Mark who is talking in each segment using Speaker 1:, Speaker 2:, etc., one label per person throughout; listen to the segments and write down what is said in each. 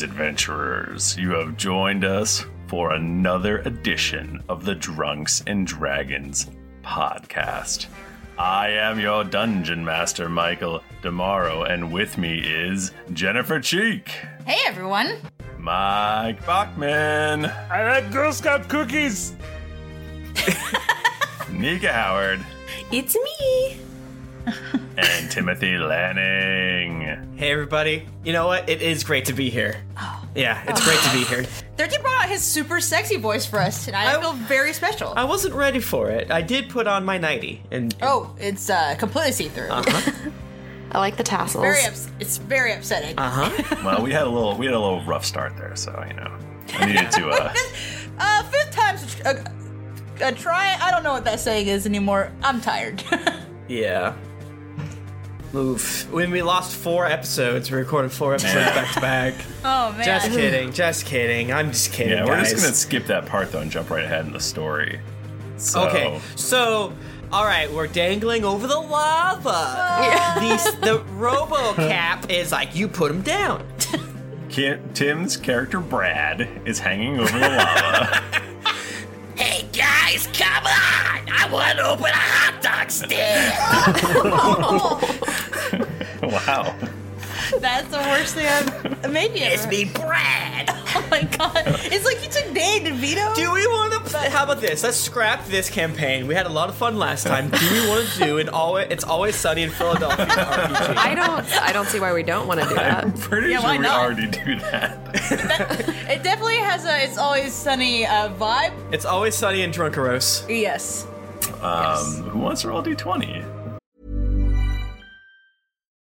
Speaker 1: adventurers, you have joined us for another edition of the Drunks and Dragons podcast. I am your dungeon master, Michael Damaro, and with me is Jennifer Cheek,
Speaker 2: Hey everyone!
Speaker 1: Mike Bachman,
Speaker 3: I like Girl Scout cookies.
Speaker 1: Nika Howard,
Speaker 4: It's me.
Speaker 1: and Timothy Lanning.
Speaker 5: Hey everybody. You know what? It is great to be here. Yeah, it's great to be here.
Speaker 2: Dirty brought out his super sexy voice for us tonight.
Speaker 5: Oh.
Speaker 2: I, feel very special.
Speaker 5: I wasn't ready for it. I did put on my nightie and
Speaker 2: oh, it's uh, completely see through.
Speaker 5: Uh-huh.
Speaker 4: I like the tassels.
Speaker 2: Very ups- it's very upsetting.
Speaker 5: Uh.
Speaker 1: Well, we had a little we had a little rough start there, so you know. I needed to uh
Speaker 2: Uh, fifth time's a, a, a try. I don't know what that saying is anymore. I'm tired.
Speaker 5: yeah. Oof. When we lost four episodes, we recorded four episodes back to back.
Speaker 2: oh man.
Speaker 5: Just kidding. Just kidding. I'm just kidding.
Speaker 1: Yeah, we're just
Speaker 5: guys.
Speaker 1: gonna skip that part though and jump right ahead in the story. So,
Speaker 5: Okay, so all right, we're dangling over the lava. These, the RoboCap is like you put him down.
Speaker 1: Ki- Tim's character Brad is hanging over the lava.
Speaker 5: Hey guys, come on! I want to open a hot dog stand.
Speaker 1: wow.
Speaker 2: Oh, That's the worst thing I've maybe ever.
Speaker 5: me, Brad.
Speaker 2: Oh my god! It's like you took Dave DeVito.
Speaker 5: Do we want to? How about this? Let's scrap this campaign. We had a lot of fun last time. Do we want to do an always? It's always sunny in Philadelphia RPG.
Speaker 4: I don't. I don't see why we don't want to do
Speaker 1: I'm
Speaker 4: that.
Speaker 1: pretty
Speaker 2: Yeah, why
Speaker 1: sure we
Speaker 2: not?
Speaker 1: already do that.
Speaker 2: It definitely has a "It's Always Sunny" uh, vibe.
Speaker 5: It's always sunny in Drunkaros.
Speaker 2: Yes.
Speaker 1: Um, who wants to roll d20?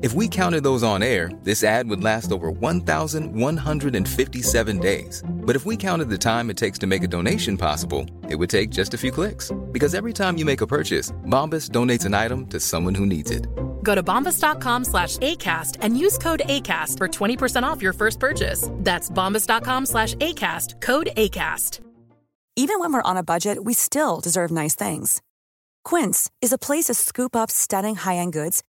Speaker 6: If we counted those on air, this ad would last over 1,157 days. But if we counted the time it takes to make a donation possible, it would take just a few clicks. Because every time you make a purchase, Bombas donates an item to someone who needs it.
Speaker 7: Go to bombas.com slash ACAST and use code ACAST for 20% off your first purchase. That's bombas.com slash ACAST, code ACAST.
Speaker 8: Even when we're on a budget, we still deserve nice things. Quince is a place to scoop up stunning high-end goods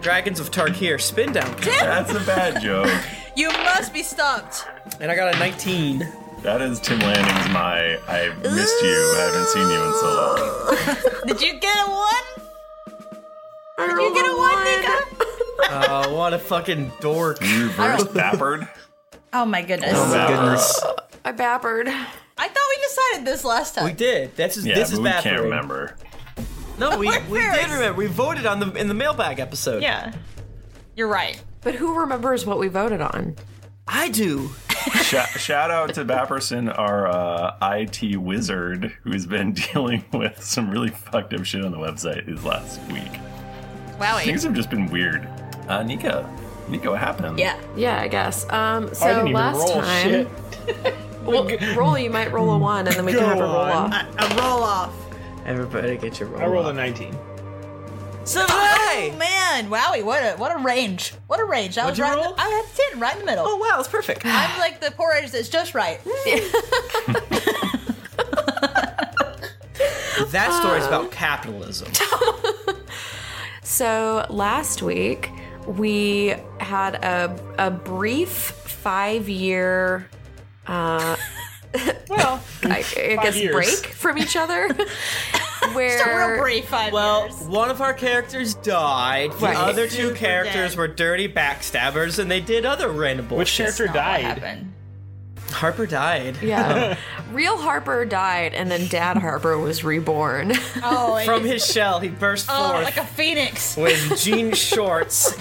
Speaker 5: Dragons of Tarkir spin down,
Speaker 1: That's a bad joke.
Speaker 2: You must be stopped.
Speaker 5: and I got a 19.
Speaker 1: That is Tim Lanning's my I missed you, I haven't seen you in so long.
Speaker 2: Did you get a one?
Speaker 4: Did
Speaker 2: You get a one, Nika?
Speaker 5: Oh, what a fucking dork!
Speaker 1: You verse Bappard?
Speaker 2: Oh my goodness.
Speaker 5: my goodness.
Speaker 4: I bappered.
Speaker 2: I thought we decided this last time.
Speaker 5: We did. This is
Speaker 1: Yeah,
Speaker 5: this is
Speaker 1: but we
Speaker 5: bad.
Speaker 1: can't
Speaker 5: for me.
Speaker 1: remember.
Speaker 5: No, we,
Speaker 2: We're
Speaker 5: we did
Speaker 2: embarrassed.
Speaker 5: remember. We voted on the in the mailbag episode.
Speaker 2: Yeah. You're right.
Speaker 4: But who remembers what we voted on?
Speaker 5: I do.
Speaker 1: Sh- shout out to Bapperson, our uh, IT wizard, who's been dealing with some really fucked up shit on the website his last week. Things
Speaker 4: Oh,
Speaker 2: Wowie.
Speaker 1: have just been weird. Uh, Nika, Nika, what happened?
Speaker 2: Yeah.
Speaker 4: Yeah, I guess. Um. So
Speaker 3: I didn't even
Speaker 4: last
Speaker 3: roll
Speaker 4: time,
Speaker 3: shit.
Speaker 4: well, roll. You might roll a one, and then we can
Speaker 3: Go
Speaker 4: have a roll
Speaker 3: on.
Speaker 4: off.
Speaker 2: A roll off.
Speaker 5: Everybody get your roll.
Speaker 3: I rolled
Speaker 5: up.
Speaker 3: a 19.
Speaker 5: Survey!
Speaker 2: Oh man, wowie, what a what a range. What a range. I
Speaker 5: What'd
Speaker 2: was
Speaker 5: you
Speaker 2: right in
Speaker 5: roll?
Speaker 2: the, I had ten right in the middle. Oh
Speaker 5: wow, that's perfect.
Speaker 2: I'm like the porridge that's just right.
Speaker 5: That story's about capitalism.
Speaker 4: So last week we had a a brief five year. Uh, well, I, I
Speaker 5: five
Speaker 4: guess
Speaker 5: years.
Speaker 4: break from each other. where
Speaker 5: well, one of our characters died. The
Speaker 4: Right.
Speaker 5: other two
Speaker 4: Super
Speaker 5: characters
Speaker 4: dead.
Speaker 5: were dirty backstabbers, and they did other random bullshit.
Speaker 4: Which character That's not what died? happened.
Speaker 5: Harper died.
Speaker 4: Yeah. Real Harper died, and then Dad Harper was reborn.
Speaker 2: Oh, it-
Speaker 5: From his shell, he burst
Speaker 2: Oh,
Speaker 5: forth
Speaker 2: like a phoenix.
Speaker 5: with jean shorts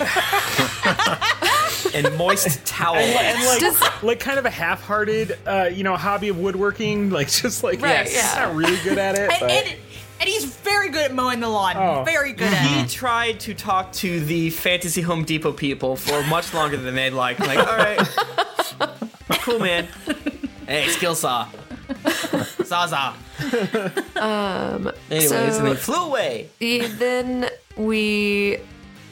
Speaker 5: and moist towel.
Speaker 3: And, like, and, like, like kind of a half-hearted, uh, you know, hobby of woodworking. Like just like
Speaker 5: Right,
Speaker 3: yes,
Speaker 5: yeah.
Speaker 3: not really good at it.
Speaker 5: And-
Speaker 3: but-
Speaker 5: and-
Speaker 2: And he's very good at mowing the lawn.
Speaker 5: Oh.
Speaker 2: Very good at
Speaker 3: Mm-hmm.
Speaker 5: He tried to talk to the Fantasy Home Depot people for much longer than they'd like. Like, all right, cool, man. Hey, skill saw, Zaza.
Speaker 4: um,
Speaker 5: Anyways,
Speaker 4: so
Speaker 5: and they flew away.
Speaker 4: e- Then we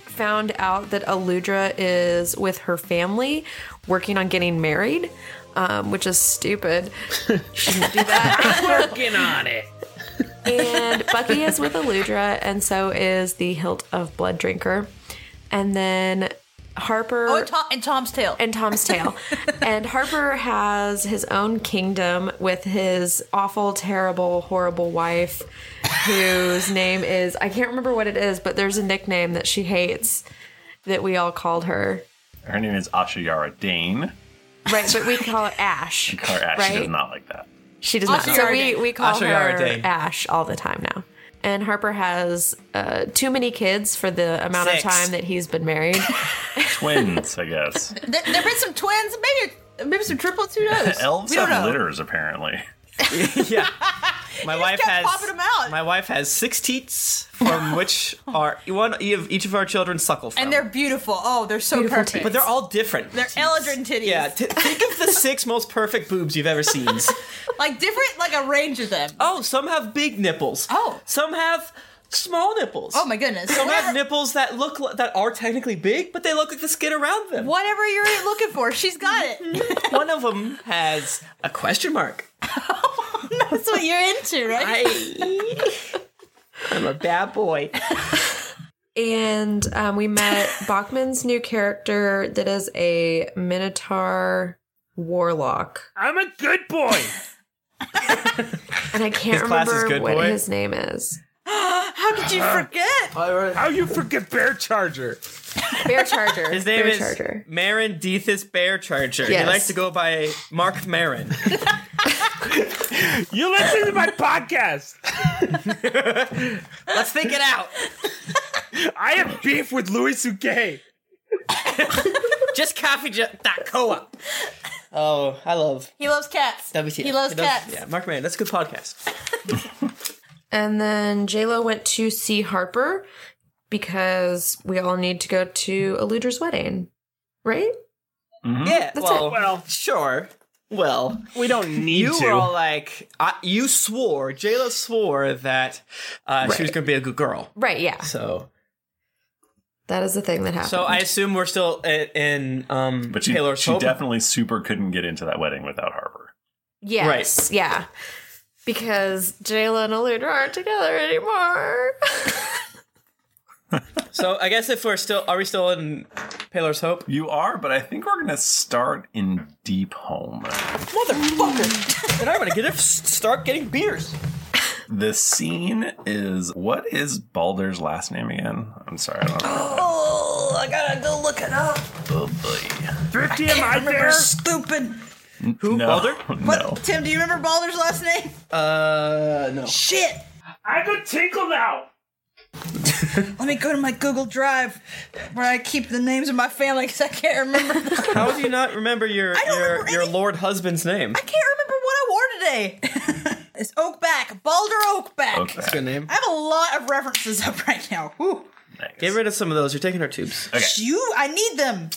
Speaker 4: found out that Aludra is with her family working on getting married, um, which is stupid. Shouldn't do that.
Speaker 3: Working on it.
Speaker 4: and Bucky is with Aludra, and so is the hilt of Blood Drinker. And then Harper.
Speaker 2: Oh, and, Tom, and Tom's tail.
Speaker 4: And Tom's tail. and Harper has his own kingdom with his awful, terrible, horrible wife, whose name is I can't remember what it is, but there's a nickname that she hates that we all called her.
Speaker 1: Her name is Ashayara Dane.
Speaker 4: Right, but we call it Ash.
Speaker 1: Her Ash
Speaker 4: right?
Speaker 1: she does not like that.
Speaker 4: She does not. So
Speaker 1: Ashayara
Speaker 4: we,
Speaker 1: Dane.
Speaker 4: we call
Speaker 1: Ashayara
Speaker 4: her
Speaker 1: Dane.
Speaker 4: Ash all the time now. And Harper has uh, too many kids for the amount
Speaker 1: Six.
Speaker 4: of time that he's been married.
Speaker 1: Twins, I guess.
Speaker 2: it. There, there've been some twins, maybe maybe some triplets, who knows?
Speaker 1: Elves
Speaker 2: we don't
Speaker 1: have
Speaker 2: know.
Speaker 1: litters, apparently.
Speaker 5: yeah, my wife
Speaker 2: kept
Speaker 5: has
Speaker 2: popping 'em out.
Speaker 5: my wife has six teats, from which are one of each of our children suckle from.
Speaker 2: And they're beautiful. Oh, they're so perfect.
Speaker 5: but they're all different.
Speaker 2: They're eldrin titties.
Speaker 5: yeah, t- think of the six most perfect boobs you've ever seen.
Speaker 2: like different, like a range of them.
Speaker 5: Oh, some have big nipples. Oh, some have small nipples.
Speaker 2: Oh my goodness.
Speaker 5: Some
Speaker 2: Whatever-
Speaker 5: have nipples that look li- that are technically big, but they look like the skin around them.
Speaker 2: Whatever you're looking for, she's got it.
Speaker 5: One of them has a question mark.
Speaker 2: That's what you're into, right?
Speaker 5: I'm a bad boy.
Speaker 4: and um, we met Bachman's new character that is a Minotaur warlock,
Speaker 3: I'm a good boy.
Speaker 4: and I can't
Speaker 3: His class is
Speaker 4: remember
Speaker 3: good
Speaker 4: what
Speaker 3: boy?
Speaker 4: his name is.
Speaker 2: How did you forget?
Speaker 3: How you forget Bear Charger?
Speaker 4: Bear Charger.
Speaker 5: His name
Speaker 4: Bear
Speaker 5: is Marin Dethis Bear Charger. He
Speaker 3: Yes.
Speaker 5: likes to go by Mark Marin.
Speaker 3: You listen to my podcast.
Speaker 5: Let's think it out.
Speaker 3: I have beef with Louis Suke.
Speaker 5: Just coffee ju- that co-op. Oh, I love
Speaker 2: He loves cats.
Speaker 5: WTF.
Speaker 2: He loves
Speaker 5: does-
Speaker 2: cats.
Speaker 5: Yeah, Mark Marin. That's a good podcast.
Speaker 4: And then JLo went to see Harper because we all need to go to Eluder's wedding, right?
Speaker 1: Mm-hmm.
Speaker 5: Yeah.
Speaker 4: That's
Speaker 5: well,
Speaker 4: it.
Speaker 5: well, sure. Well,
Speaker 3: we don't need
Speaker 5: you
Speaker 3: to.
Speaker 5: were all like, I, you swore, Jayla swore that uh, she was going to be a good girl.
Speaker 4: Right, yeah.
Speaker 5: So,
Speaker 4: That is the thing that happened.
Speaker 5: so I assume we're still in, in um,
Speaker 1: But she,
Speaker 5: Taylor's
Speaker 1: she
Speaker 5: hope.
Speaker 1: definitely super couldn't get into that wedding without Harper.
Speaker 4: Yes. Yeah. Because Jayla and Aludra aren't together anymore.
Speaker 5: so I guess if we're still, are we still in Paler's hope?
Speaker 1: You are, but I think we're going to start in Deep Home.
Speaker 5: Motherfucker! and I'm going to get a, start getting beers.
Speaker 1: The scene is what is Balder's last name again? I'm sorry, I don't know.
Speaker 2: Oh, I gotta go look it up.
Speaker 1: oh boy.
Speaker 3: Thrifty,
Speaker 2: I can't remember. Stupid.
Speaker 1: Who no,
Speaker 5: Balder?
Speaker 1: No.
Speaker 2: Tim, do you remember Balder's last name?
Speaker 5: Uh, no.
Speaker 2: Shit.
Speaker 3: I could tinkle now.
Speaker 2: Let me go to my Google Drive where I keep the names of my family because I can't remember. I can't
Speaker 5: How do you not remember your your, your lord husband's name?
Speaker 2: remember what I wore today. it's Oakback, Balder Oakback.
Speaker 5: Okay. That's a good name.
Speaker 2: I have a lot of references up right now. Whew.
Speaker 5: Get rid of some of those. You're taking our tubes.
Speaker 1: Okay.
Speaker 2: You, I need them.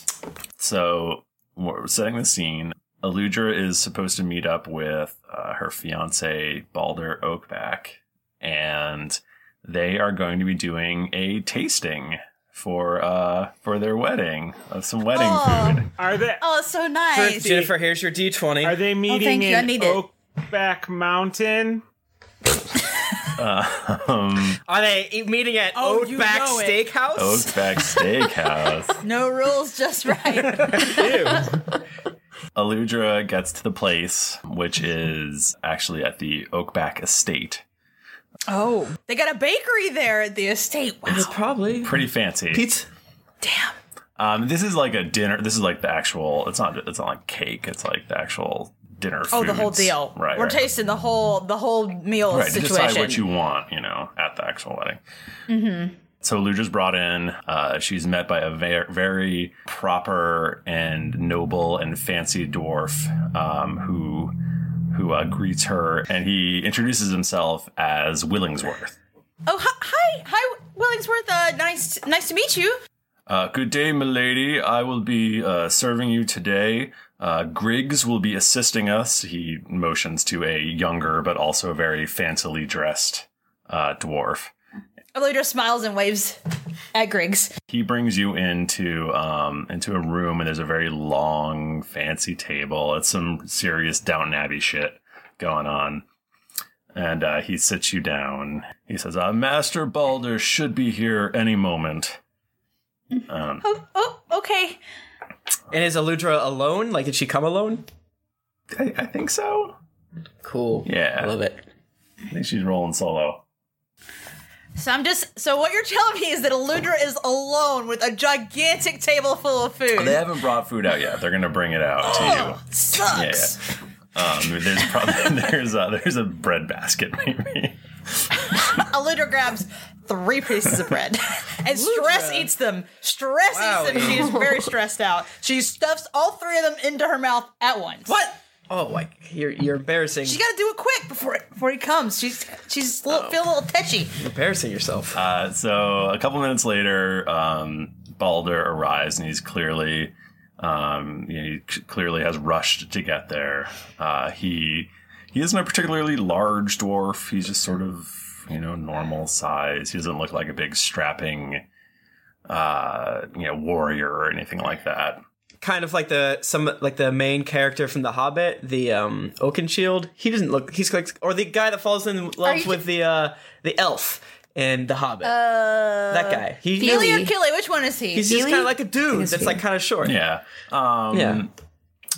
Speaker 1: So we're setting the scene. Aludra is supposed to meet up with uh, her fiance Balder Oakback, and they are going to be doing a tasting for uh for their wedding of some wedding
Speaker 2: Oh.
Speaker 1: food.
Speaker 3: Are they?
Speaker 2: Oh, it's so nice.
Speaker 5: Jennifer, here's your D20. Are
Speaker 3: they
Speaker 2: Oh,
Speaker 3: meeting
Speaker 2: thank you. I
Speaker 3: in
Speaker 2: need it.
Speaker 3: Oakback Mountain?
Speaker 1: Uh, um,
Speaker 5: Are they e- meeting at
Speaker 2: Oh, you
Speaker 5: Oakback
Speaker 2: know it.
Speaker 5: Steakhouse?
Speaker 1: Oakback Steakhouse.
Speaker 2: No rules, just right.
Speaker 1: Aludra gets to the place, which is actually at the Oakback Estate.
Speaker 2: oh, they got a bakery there at the estate. Wow.
Speaker 5: probably.
Speaker 1: Pretty fancy.
Speaker 5: Pizza.
Speaker 1: Um, this is like a dinner. This is like the actual. It's not. It's not like cake. It's like the actual dinner.
Speaker 2: Oh, the whole
Speaker 1: foods.
Speaker 2: deal.
Speaker 1: Right.
Speaker 2: We're
Speaker 1: right.
Speaker 2: tasting the whole the whole meal
Speaker 1: Right. To
Speaker 2: situation.
Speaker 1: decide what you want, you know, at the actual wedding.
Speaker 2: mm-hmm.
Speaker 1: So Ludra's brought in. Uh, she's met by a ver- very proper and noble and fancy dwarf um, who who uh, greets her, and he introduces himself as Willingsworth.
Speaker 2: Oh, hi, hi, hi, Willingsworth. Uh, nice, nice to meet you.
Speaker 1: Uh, good day, milady. I will be uh, serving you today. Uh, Griggs will be assisting us. He motions to a younger but also very fancily dressed uh, dwarf.
Speaker 2: Eludra smiles and waves at Griggs.
Speaker 1: He brings you into um, into a room, and there's a very long, fancy table. It's some serious Downton Abbey shit going on. And uh, he sits you down. He says, uh, "Master Balder should be here any moment." Um,
Speaker 2: Oh, oh, okay.
Speaker 5: And is Aludra alone? Like, did she come alone?
Speaker 1: I, I think so.
Speaker 5: Cool.
Speaker 1: Yeah, I love
Speaker 5: it.
Speaker 1: I think she's rolling solo.
Speaker 2: So I'm just. So what you're telling me is that Eludra is alone with a gigantic table full of food.
Speaker 1: They haven't brought food out yet. They're gonna bring it out to you.
Speaker 2: oh, sucks.
Speaker 1: Yeah, yeah. Um, there's probably there's a, there's a bread basket maybe.
Speaker 2: Eludra grabs three pieces of bread, and stress eats them. Stress eats them.
Speaker 5: Wowie.
Speaker 2: She's very stressed out. She stuffs all three of them into her mouth at once. What?
Speaker 5: Oh, like, you're, you're embarrassing.
Speaker 2: She's got to do it quick before before he comes. She's she's li-
Speaker 5: Oh.
Speaker 2: feel a little tetchy.
Speaker 5: embarrassing yourself.
Speaker 1: Uh, so a couple minutes later, um, Balder arrives and he's clearly um, you know, he c- clearly has rushed to get there. Uh, he he isn't a particularly large dwarf. He's just sort of you know normal size. He doesn't look like a big strapping uh, you know warrior or anything like that.
Speaker 5: kind of like the some like the main character from The Hobbit, the um Oakenshield. He doesn't look. He's like, or the guy that falls in love
Speaker 2: you
Speaker 5: with the uh the elf in The Hobbit.
Speaker 2: Uh,
Speaker 5: that guy. He,
Speaker 2: Billy or Killy? Which one is he?
Speaker 5: He's just kind of like a dude that's like kind of short.
Speaker 1: Yeah. Um,
Speaker 5: Yeah.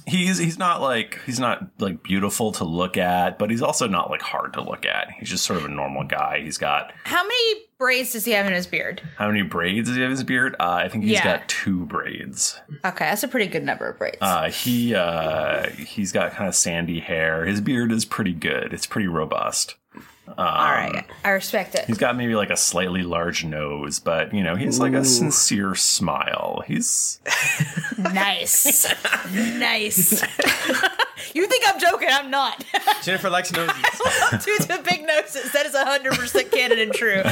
Speaker 1: He's he's not like he's not like beautiful to look at, but he's also not like hard to look at. He's just sort of a normal guy. He's got
Speaker 2: How many braids does he have in his beard?
Speaker 1: how many braids does he have in his beard? Uh, I think he's
Speaker 2: Yeah.
Speaker 1: got two braids.
Speaker 2: Okay, that's a pretty good number of braids.
Speaker 1: Uh, he uh, he's got kind of sandy hair. His beard is pretty good. It's pretty robust. Um,
Speaker 2: All right, I respect it.
Speaker 1: He's got maybe like a slightly large nose, but you know he's like
Speaker 5: Ooh.
Speaker 1: a sincere smile. He's
Speaker 2: nice, nice. you think I'm joking? I'm not.
Speaker 5: Jennifer likes noses.
Speaker 2: Two to big noses. That is hundred percent canon and true.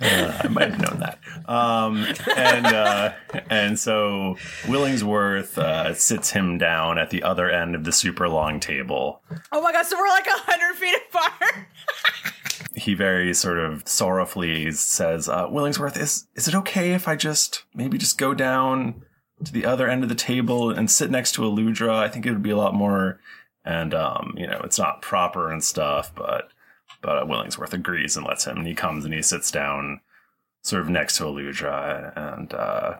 Speaker 1: Uh, I might have known that. Um, and uh, and so Willingsworth uh, sits him down at the other end of the super long table.
Speaker 2: Oh my god! So we're like hundred feet apart.
Speaker 1: He very sort of sorrowfully says, uh, "Willingsworth, is is it okay if I just maybe just go down to the other end of the table and sit next to Eludra? I think it would be a lot more." And um, you know, it's not proper and stuff, but but uh, Willingsworth agrees and lets him. And he comes and he sits down, sort of next to Eludra, and uh,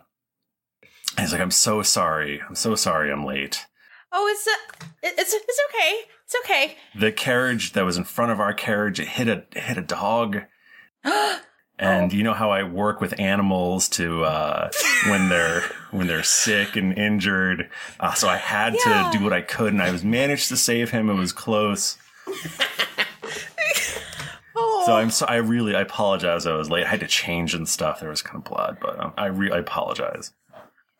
Speaker 1: he's like, "I'm so sorry. I'm so sorry. I'm late.
Speaker 2: Oh, it's uh, it- it's it's okay. It's okay.
Speaker 1: The carriage that was in front of our carriage it hit a it hit a dog." And you know how I work with animals to uh, when they're when they're sick and injured, uh, so I had
Speaker 2: Yeah.
Speaker 1: to do what I could, and I was managed to save him. It was close,
Speaker 2: Oh,
Speaker 1: so I'm so I really I apologize. I was late. I had to change and stuff. There was kind of blood, but um, I re- I apologize.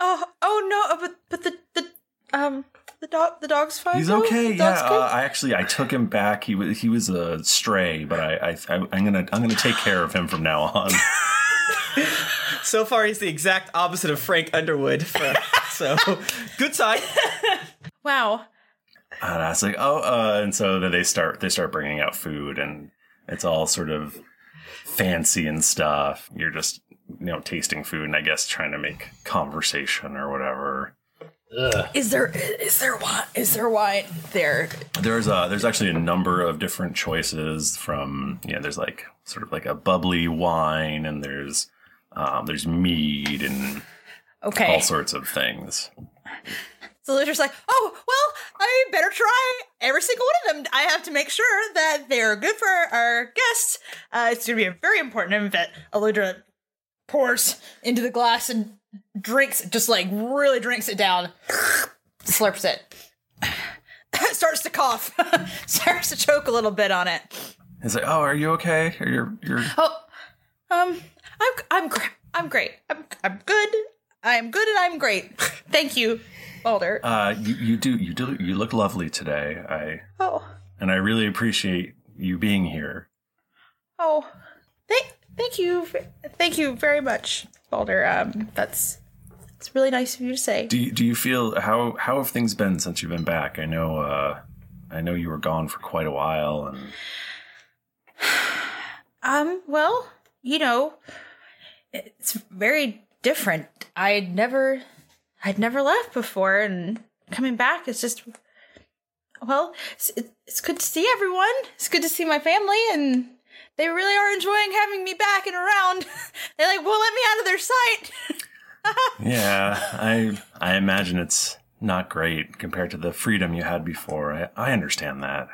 Speaker 2: oh, oh no! uh, But but the the um the dog the dog's fine.
Speaker 1: He's
Speaker 2: though?
Speaker 1: okay.
Speaker 2: The
Speaker 1: Yeah,
Speaker 2: dog's good?
Speaker 1: uh, I actually I took him back. He was he was a stray, but I, I, I I'm gonna I'm gonna take care of him from now on.
Speaker 5: So far, he's the exact opposite of Frank Underwood. For, so good sign.
Speaker 2: wow.
Speaker 1: And I was like, oh, uh, and so then they start they start bringing out food, and it's all sort of fancy and stuff. You're just, you know, tasting food and I guess trying to make conversation or whatever.
Speaker 2: Is there is there wine? Is there wine there?
Speaker 1: There's a there's actually a number of different choices from yeah. There's like sort of like a bubbly wine and there's um, there's mead and
Speaker 2: Okay.
Speaker 1: all sorts of things.
Speaker 2: So they're just like, oh, well, I better try every single one of them. I have to make sure that they're good for our guests. Uh, it's going to be a very important event. Aludra pours into the glass and drinks, just like really drinks it down, slurps it, starts to cough, starts to choke a little bit on it.
Speaker 1: It's like, oh, are you okay? Are you you're
Speaker 2: Oh, um, I'm I'm gr- I'm great. I'm I'm good. I'm good and I'm great. Thank you, Balder.
Speaker 1: uh, you you do you do you look lovely today. I
Speaker 2: Oh.
Speaker 1: and I really appreciate you being here.
Speaker 2: Oh, thank thank you, thank you very much, Balder. Um, that's it's really nice of you to say.
Speaker 1: Do you, do you feel how how have things been since you've been back? I know uh, I know you were gone for quite a while, and
Speaker 2: Um, well, you know, it's very different. I'd never, I'd never left before, and coming back, it's just, well, it's, it's good to see everyone. It's good to see my family, and they really are enjoying having me back and around. they like won't let me out of their sight.
Speaker 1: yeah, I I imagine it's not great compared to the freedom you had before. I, I understand that.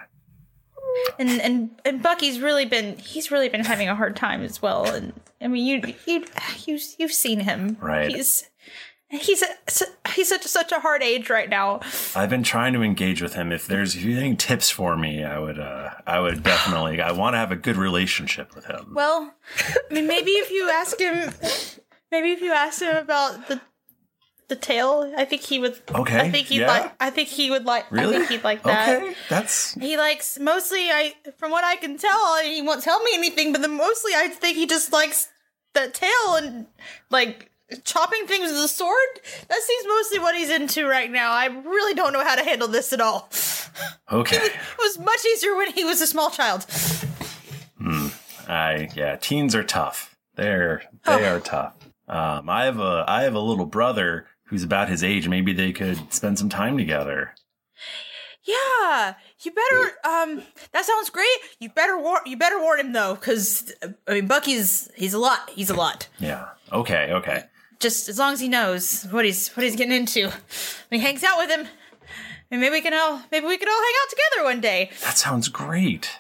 Speaker 2: and and and Bucky's really been he's really been having a hard time as well. And I mean, you you you you've seen him,
Speaker 1: Right.
Speaker 2: He's he's a, he's such such a hard age right now.
Speaker 1: I've been trying to engage with him. If there's if you have any tips for me, I would uh, I would definitely I want to have a good relationship with him.
Speaker 2: Well, I mean, maybe if you ask him, maybe if you ask him about the the tail, I think he would.
Speaker 1: Okay,
Speaker 2: I think he'd
Speaker 1: yeah.
Speaker 2: like. I think he would like. I
Speaker 1: Really?
Speaker 2: think he'd like that.
Speaker 1: Okay, that's
Speaker 2: He likes mostly. I from what I can tell, he won't tell me anything. But then mostly, I think he just likes that tail and like chopping things with a sword. That seems mostly what he's into right now. I really don't know how to handle this at all.
Speaker 1: okay.
Speaker 2: It was much easier when he was a small child.
Speaker 1: Hmm. I yeah, teens are tough. They're they are tough. Um, I have a I have a little brother who's about his age. Maybe they could spend some time together.
Speaker 2: Yeah, you better. Um, that sounds great. You better warn. You better warn him though, because I mean, Bucky's he's a lot. He's a lot.
Speaker 1: Yeah. Okay. Okay.
Speaker 2: just as long as he knows what he's what he's getting into. When he hangs out with him, and maybe we can all maybe we can all hang out together one day.
Speaker 1: That sounds great.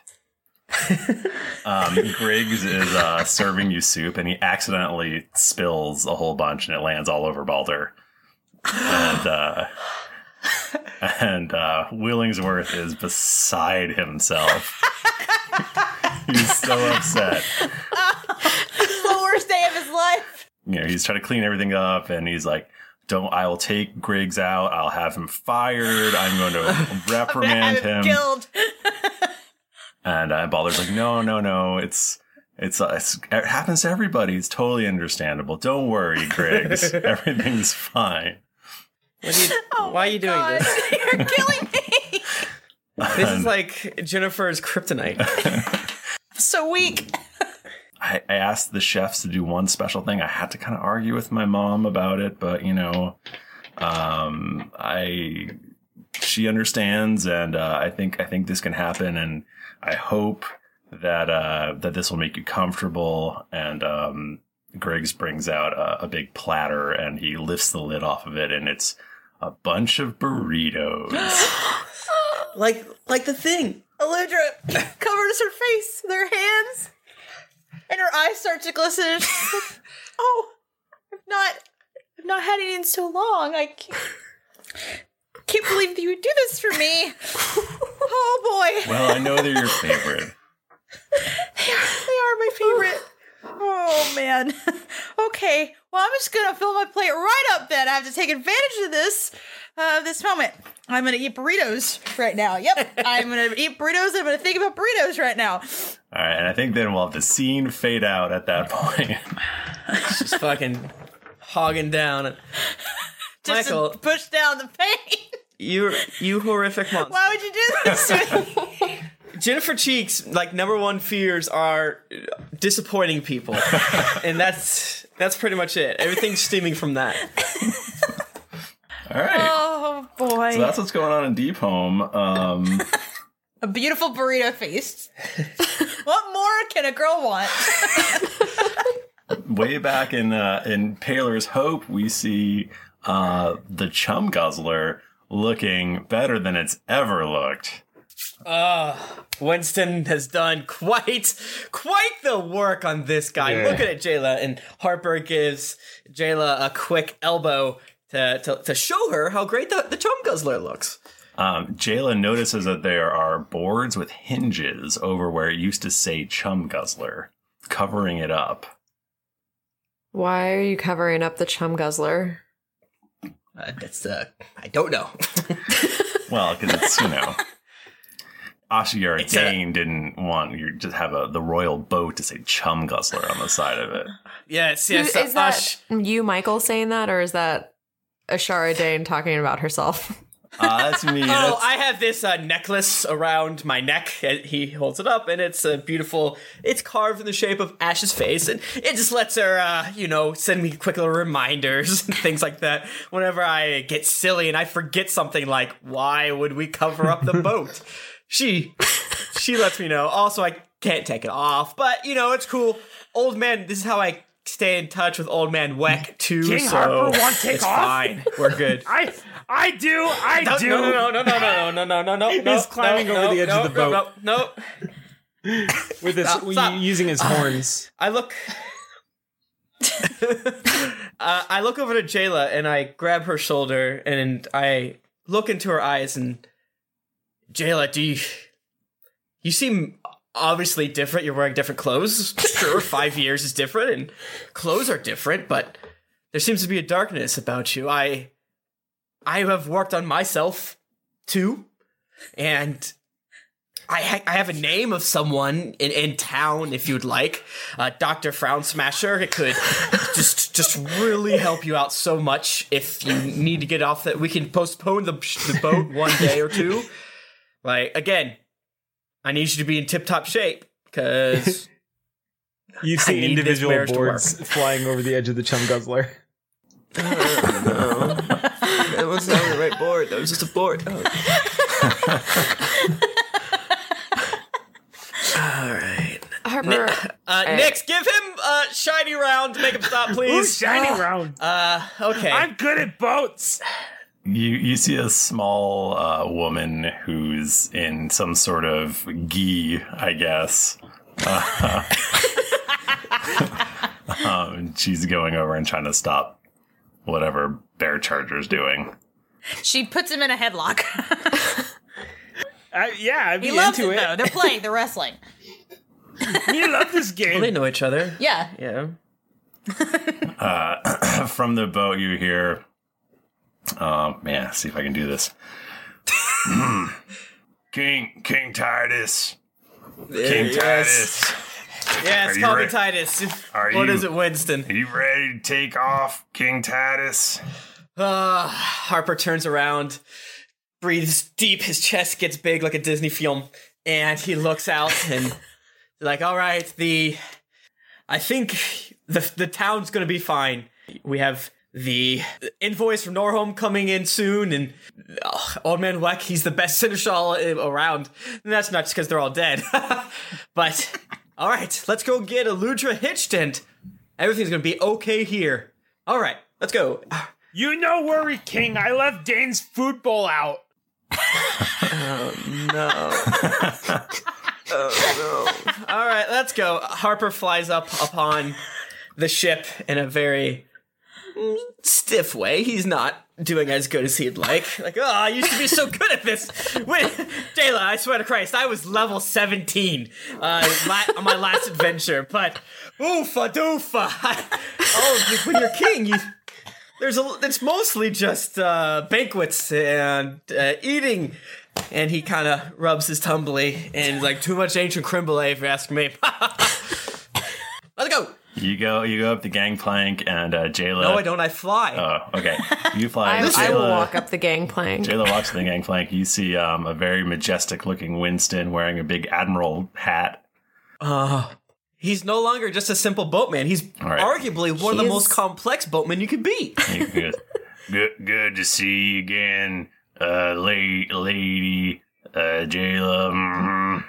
Speaker 1: um, Griggs is uh, serving you soup, and he accidentally spills a whole bunch, and it lands all over Balder. And uh, and uh, Willingsworth is beside himself. He's so upset.
Speaker 2: it's the worst day of his life.
Speaker 1: you know, he's trying to clean everything up and he's like, don't, I will take Griggs out. I'll have him fired. I'm going to reprimand
Speaker 2: Have him
Speaker 1: him.
Speaker 2: killed.
Speaker 1: And uh, Balder's like, no, no, no. It's, it's, uh, it's, it happens to everybody. It's totally understandable. Don't worry, Griggs. Everything's fine.
Speaker 5: Why are you doing this?
Speaker 2: Oh You're killing me.
Speaker 5: This is like Jennifer's kryptonite.
Speaker 2: I'm so weak.
Speaker 1: I, I asked the chefs to do one special thing. I had to kind of argue with my mom about it, but you know, um, I she understands, and uh, I think I think this can happen, and I hope that uh, that this will make you comfortable. And um, Griggs brings out a, a big platter, and he lifts the lid off of it, and it's a bunch of burritos.
Speaker 5: like like the thing.
Speaker 2: Aludra covers her face with her hands, and her eyes start to glisten. And she's like, oh, I've not, I've not had it in so long. I can't, can't believe that you would do this for me. Oh boy.
Speaker 1: well, I know they're your favorite.
Speaker 2: They are, they are my favorite. Oh man. Okay. Well, I'm just gonna fill my plate right up. Then I have to take advantage of this, uh, this moment. I'm gonna eat burritos right now. Yep. I'm gonna eat burritos. I'm gonna think about burritos right now.
Speaker 1: All right, and I think then we'll have the scene fade out at that point.
Speaker 5: Just fucking hogging down.
Speaker 2: Just to
Speaker 5: Michael,
Speaker 2: push down the pain.
Speaker 5: you you horrific monster.
Speaker 2: Why would you do this? to me?
Speaker 5: Jennifer Cheeks, like number one fears are disappointing people, and that's that's pretty much it. Everything's stemming from that.
Speaker 1: All right.
Speaker 2: Oh boy.
Speaker 1: So that's what's going on in Deep Home. Um,
Speaker 2: a beautiful burrito feast. what more can a girl want?
Speaker 1: way back in uh, in Paler's Hope, we see uh, the Chum Guzzler looking better than it's ever looked.
Speaker 5: Uh, Winston has done quite, quite the work on this guy.
Speaker 1: Yeah.
Speaker 5: Look at it, Jayla. And Harper gives Jayla a quick elbow to, to, to show her how great the, the Chum Guzzler looks.
Speaker 1: Um, Jayla notices that there are boards with hinges over where it used to say Chum Guzzler, covering it up.
Speaker 4: Why are you covering up the chum guzzler?
Speaker 5: Uh, that's uh, I don't know.
Speaker 1: Well, because it's you know, Ashiara Dane didn't want you to have a the royal boat to say Chum Guzzler on the side of it.
Speaker 5: Yes,
Speaker 4: Who-
Speaker 5: yes.
Speaker 4: is that you, Michael, saying that, or is that Ashara Dane talking about herself?
Speaker 1: Uh, that's me.
Speaker 5: oh, I have this uh, necklace around my neck. and He holds it up, and it's a beautiful. It's carved in the shape of Ash's face, and it just lets her, uh, you know, send me quick little reminders and things like that. Whenever I get silly and I forget something, like why would we cover up the boat? She, she lets me know. Also, I can't take it off, but you know, it's cool. Old man, this is how I stay in touch with Old Man Weck too.
Speaker 3: King
Speaker 5: so
Speaker 3: Harper won't take
Speaker 5: it's
Speaker 3: off?
Speaker 5: Fine, we're good.
Speaker 3: I I do I
Speaker 5: No,
Speaker 3: do.
Speaker 5: no, no, no, no, no, no, no, no, no.
Speaker 3: He's
Speaker 5: no,
Speaker 3: climbing
Speaker 5: no,
Speaker 3: over
Speaker 5: no,
Speaker 3: the edge of the
Speaker 5: no,
Speaker 3: boat.
Speaker 5: No, no,
Speaker 3: with his
Speaker 5: Stop,
Speaker 3: we-
Speaker 5: stop.
Speaker 3: using his horns.
Speaker 5: I look. uh, I look over to Jayla and I grab her shoulder and I look into her eyes and Jayla, do you? You seem obviously different. You're wearing different clothes. Sure, five years is different and clothes are different, but there seems to be a darkness about you. I, I have worked on myself too, and I, ha- I have a name of someone in, in town if you'd like. Uh, Dr. Frown Smasher. It could just just really help you out so much if you need to get off that. We can postpone the, the boat one day or two. Like, again, I need you to be in tip top shape because
Speaker 3: You
Speaker 5: I
Speaker 3: see
Speaker 5: need this
Speaker 3: individual
Speaker 5: marriage to
Speaker 3: boards flying over the edge of the chum guzzler.
Speaker 5: that was not the right board. That was just a board. All right.
Speaker 4: Harper,
Speaker 5: Uh,
Speaker 4: I-
Speaker 5: Nix, give him uh, shiny round to make him stop, please.
Speaker 3: Ooh, shiny round.
Speaker 5: Uh, okay.
Speaker 3: I'm good at boats.
Speaker 1: You you see a small uh, woman who's in some sort of gi, I guess. Uh, um, she's going over and trying to stop whatever Bear Charger's doing.
Speaker 2: She puts him in a headlock.
Speaker 3: I, yeah, I'd be
Speaker 2: He loves
Speaker 3: into
Speaker 2: it,
Speaker 3: it.
Speaker 2: though. They're playing, they're wrestling.
Speaker 3: We love this game.
Speaker 5: they know each other.
Speaker 2: Yeah.
Speaker 5: Yeah.
Speaker 1: Uh, from the boat, you hear. Oh man, see if I can do this. King King Titus, King
Speaker 5: yes.
Speaker 1: Titus.
Speaker 5: Yes,
Speaker 1: Are you
Speaker 5: call me
Speaker 1: ready?
Speaker 5: Titus.
Speaker 1: Are
Speaker 5: What
Speaker 1: you-
Speaker 5: is it, Winston?
Speaker 1: Are you ready to take off, King Titus?
Speaker 5: Uh, Harper turns around, breathes deep, his chest gets big like a Disney film, and he looks out and like, all right, the I think the the town's gonna be fine. We have the invoice from Norholm coming in soon, and ugh, Old Man Weck, he's the best seneschal i- around. And that's not just because they're all dead. but, all right, let's go get Eludra hitched, and everything's going to be okay here. All right, let's go.
Speaker 3: You no worry, King. I left Dane's food bowl out.
Speaker 5: All right, let's go. Harper flies up upon the ship in a very mm, stiff way. He's not doing as good as he'd like. Like, oh, I used to be so good at this. Wait, Jayla, I swear to Christ, I was level 17 uh, la- on my last adventure, but oofa doofa. oh, you- when you're king, you. There's a. It's mostly just uh, banquets and uh, eating and he kind of rubs his tumbly and is like too much ancient creme brulee if you ask me. Let's go.
Speaker 1: You go you go up the gangplank and uh, Jayla.
Speaker 5: No, I don't. I fly.
Speaker 1: Oh, okay. You fly.
Speaker 4: I, I will
Speaker 1: Jayla-
Speaker 4: walk up the gangplank.
Speaker 1: Jayla walks to the gangplank. You see um, a very majestic looking Winston wearing a big admiral hat.
Speaker 5: Uh, He's no longer just a simple boatman. He's
Speaker 1: right.
Speaker 5: arguably one of the
Speaker 1: He
Speaker 5: most
Speaker 1: is-
Speaker 5: complex boatmen you could be.
Speaker 1: good, good, good to see you again, uh, la- lady, uh, Jayla. mhm.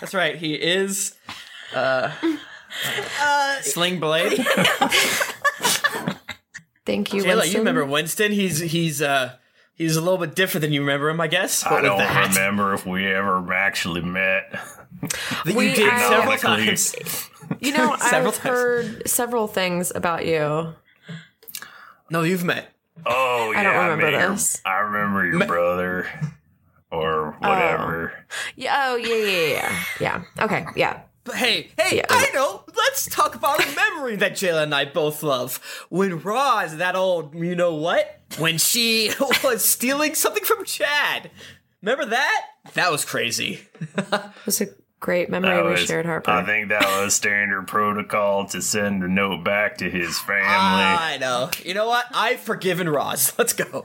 Speaker 5: That's right. He is uh,
Speaker 2: Uh,
Speaker 5: Sling Blade.
Speaker 4: Thank you,
Speaker 5: Jayla, you
Speaker 4: Winston.
Speaker 5: remember Winston? He's he's uh he's a little bit different than you remember him, I guess.
Speaker 1: I
Speaker 5: What with
Speaker 1: don't
Speaker 5: the hat.
Speaker 1: remember if we ever actually met.
Speaker 5: That you
Speaker 4: We
Speaker 5: did
Speaker 4: are-
Speaker 5: several
Speaker 1: Canonically.
Speaker 5: times.
Speaker 4: You know,
Speaker 5: Several
Speaker 4: I've heard several things about you.
Speaker 5: No, you've met.
Speaker 1: Oh yeah,
Speaker 4: I don't remember
Speaker 1: met your-
Speaker 4: this.
Speaker 1: I remember your brother, or
Speaker 4: Oh,
Speaker 1: whatever.
Speaker 4: Yeah, oh yeah, yeah, yeah, yeah. Yeah. Okay, yeah.
Speaker 5: But hey, hey,
Speaker 4: Yeah.
Speaker 5: I know. Let's talk about a memory that Jayla and I both love. When Raw is that old, you know what? When she was stealing something from Chad. Remember that? That was crazy.
Speaker 4: It was a great memory we shared, Harper.
Speaker 1: I think that was standard protocol to send a note back to his
Speaker 5: Ah,
Speaker 1: family.
Speaker 5: I know. You know what? I've forgiven Roz. Let's go.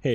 Speaker 9: Hey,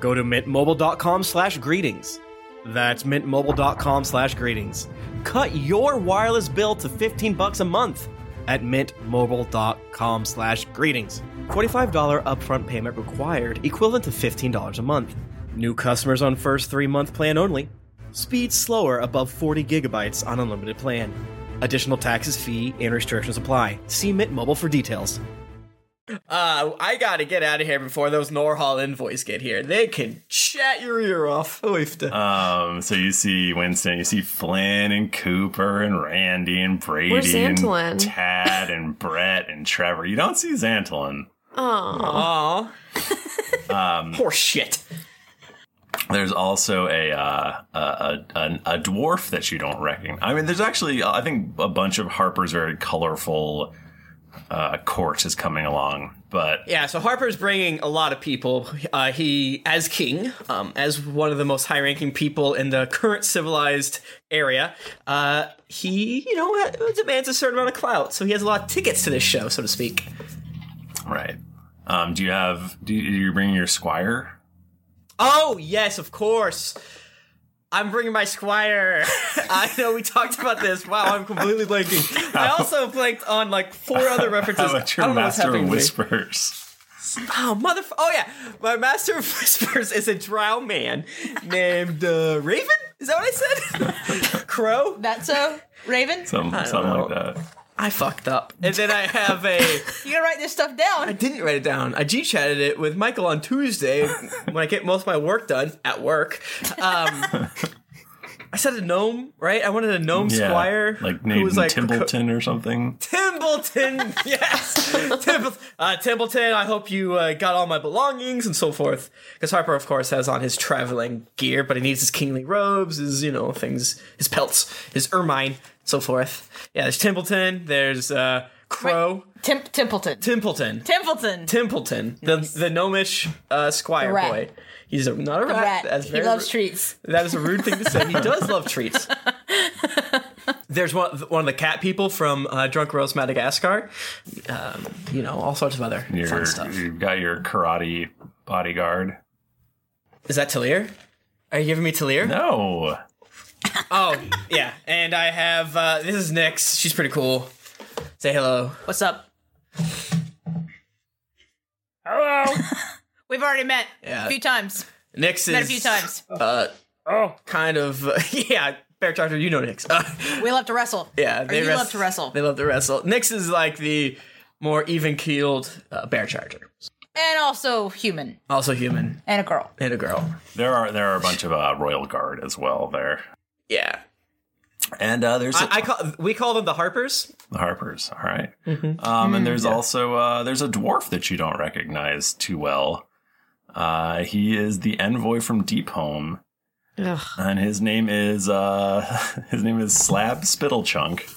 Speaker 10: go to mintmobile.com slash greetings. That's mintmobile.com slash greetings. Cut your wireless bill to 15 bucks a month at mintmobile.com slash greetings. $45 upfront payment required, equivalent to $15 a month. New customers on first three month plan only. Speed slower above 40 gigabytes on unlimited plan. Additional taxes, fee, and restrictions apply. See Mint Mobile for details.
Speaker 5: Uh, I gotta get out of here before those Norhall envoys get here. They can chat your ear off. Oif the-
Speaker 1: Um, so you see Winston, you see Flynn and Cooper and Randy and Brady
Speaker 4: Where's
Speaker 1: and
Speaker 4: Xantolin?
Speaker 1: Tad and Brett and Trevor. You don't see Xantolin.
Speaker 4: Oh, Aww.
Speaker 1: Um,
Speaker 5: Poor shit.
Speaker 1: There's also a, uh, a, a an- a dwarf that you don't recognize. I mean, there's actually uh, I think a bunch of Harper's very colorful uh, court is coming along, but
Speaker 5: Yeah, so Harper's bringing a lot of people. Uh, he, as king, um, as one of the most high-ranking people in the current civilized area, uh, he, you know, uh, demands a certain amount of clout. So he has a lot of tickets to this show, so to speak.
Speaker 1: right. Um, do you have? Do you, do you bring your squire?
Speaker 5: Oh yes, of course. I'm bringing my squire. I know we talked about this. Wow, I'm completely blanking. I also blanked on like four other references.
Speaker 1: How about your
Speaker 5: I don't know what's
Speaker 1: master
Speaker 5: happening to me.
Speaker 1: whispers?
Speaker 5: Oh motherf! Oh yeah, my master of whispers is a drow man named uh, Raven. Is that what I said? Crow.
Speaker 2: That's uh, so Raven.
Speaker 1: Some, something like that.
Speaker 5: I fucked up, and then I have a.
Speaker 2: You gonna write this stuff down?
Speaker 5: I didn't write it down. I g chatted it with Michael on Tuesday when I get most of my work done at work. Um, I said a gnome, right? I wanted a gnome
Speaker 1: Yeah,
Speaker 5: squire
Speaker 1: like
Speaker 5: who
Speaker 1: named
Speaker 5: was like
Speaker 1: Timbleton or something.
Speaker 5: Timbleton, yes, Timble- uh, Timbleton. I hope you uh, got all my belongings and so forth. Because Harper, of course, has on his traveling gear, but he needs his kingly robes, his you know things, his pelts, his ermine, so forth. Yeah, there's Timbleton. There's uh, Crow.
Speaker 2: Tim- Timpleton.
Speaker 5: Timpleton.
Speaker 2: Templeton.
Speaker 5: Timpleton. The the gnomish uh, squire
Speaker 2: The rat.
Speaker 5: boy. He's a, not a
Speaker 2: The
Speaker 5: rat.
Speaker 2: rat.
Speaker 5: That's
Speaker 2: He
Speaker 5: very
Speaker 2: loves
Speaker 5: rude.
Speaker 2: treats.
Speaker 5: That is a rude thing to say. He does love treats. There's one one of the cat people from uh, Drunk Rose Madagascar. Um, you know, all sorts of other
Speaker 1: Your,
Speaker 5: fun stuff.
Speaker 1: You've got your karate bodyguard.
Speaker 5: Is that Talir? Are you giving me Talir?
Speaker 1: No.
Speaker 5: Oh yeah, and I have uh, this is Nyx. She's pretty cool. Say hello.
Speaker 2: What's up? Hello. We've already met
Speaker 5: Yeah.
Speaker 2: a few times.
Speaker 5: Nyx is
Speaker 2: Met a few times.
Speaker 5: Uh, oh, kind of uh, yeah. Bear Doctor, you know Nyx. Uh,
Speaker 2: We love to wrestle.
Speaker 5: Yeah,
Speaker 2: Or you
Speaker 5: wrest-
Speaker 2: love to wrestle.
Speaker 5: They love to wrestle. Nyx is like the more even keeled uh, bear charger,
Speaker 2: And also human.
Speaker 5: also human
Speaker 2: And a girl.
Speaker 5: and a girl.
Speaker 1: There are there are a bunch of uh, royal guard as well there.
Speaker 5: Yeah,
Speaker 1: and uh, there's
Speaker 5: I, I call we call them the Harpers.
Speaker 1: the Harpers. All right. Um,
Speaker 5: Hmm, Mm.
Speaker 1: and there's also uh, there's a dwarf that you don't recognize too well. Uh, he is the envoy from Deep Home, and his name is uh, his name is Slab Spittlechunk.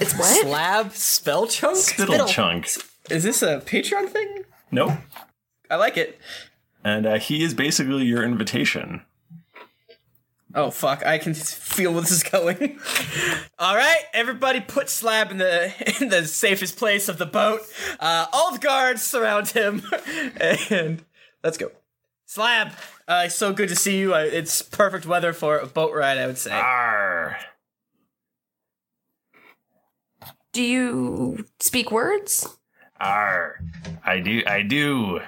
Speaker 5: It's what slab spell chunk
Speaker 1: Spittlechunk.
Speaker 5: Is this a Patreon thing?
Speaker 1: Nope.
Speaker 5: I like it.
Speaker 1: And uh, he is basically your invitation.
Speaker 5: Oh fuck! I can feel where this is going. All right, everybody, put Slab in the in the safest place of the boat. Uh, all the guards surround him, and let's go. Slab, uh, it's so good to see you. Uh, it's perfect weather for a boat ride, I would say.
Speaker 4: Do you speak words?
Speaker 1: Arr, I do, I do.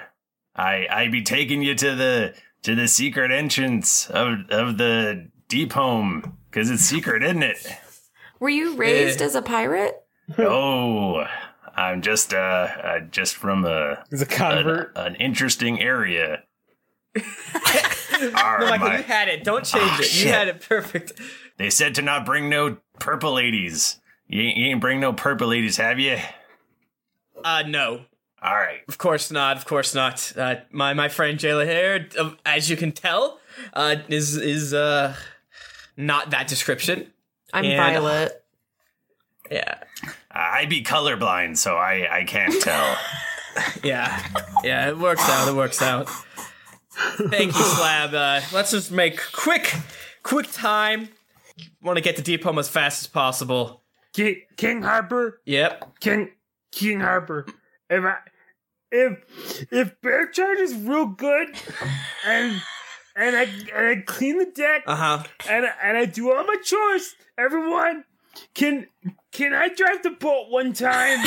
Speaker 1: I I be taking you to the to the secret entrance of of the deep home because it's secret, isn't it?
Speaker 4: Were you raised
Speaker 1: Eh.
Speaker 4: as a pirate?
Speaker 1: oh, I'm just uh, uh just from a,
Speaker 3: a convert.
Speaker 1: an, an interesting area. Arr,
Speaker 5: no, Michael,
Speaker 1: my-
Speaker 5: you had it. Don't change
Speaker 1: Ah,
Speaker 5: it. You
Speaker 1: shit.
Speaker 5: had it perfect.
Speaker 1: They said to not bring no purple ladies. You ain't, you ain't bring no purple ladies, have you?
Speaker 5: Uh, no.
Speaker 1: All right.
Speaker 5: Of course not. Of course not. Uh, my my friend Jayla here, uh, as you can tell, uh, is is uh, not that description.
Speaker 4: I'm
Speaker 5: And-
Speaker 4: Violet.
Speaker 5: Yeah.
Speaker 1: I be colorblind, so I I can't tell.
Speaker 5: yeah, yeah, it works out. It works out. Thank you, Slab. Uh, let's just make quick, quick time. Want to get to Deep Home as fast as possible.
Speaker 3: King, King Harper.
Speaker 5: Yep.
Speaker 3: King King Harper. If I, if if Bear Charge is real good, and and I and I clean the deck,
Speaker 5: Uh huh.
Speaker 3: and I- and I do all my chores, everyone can can I drive the boat one time?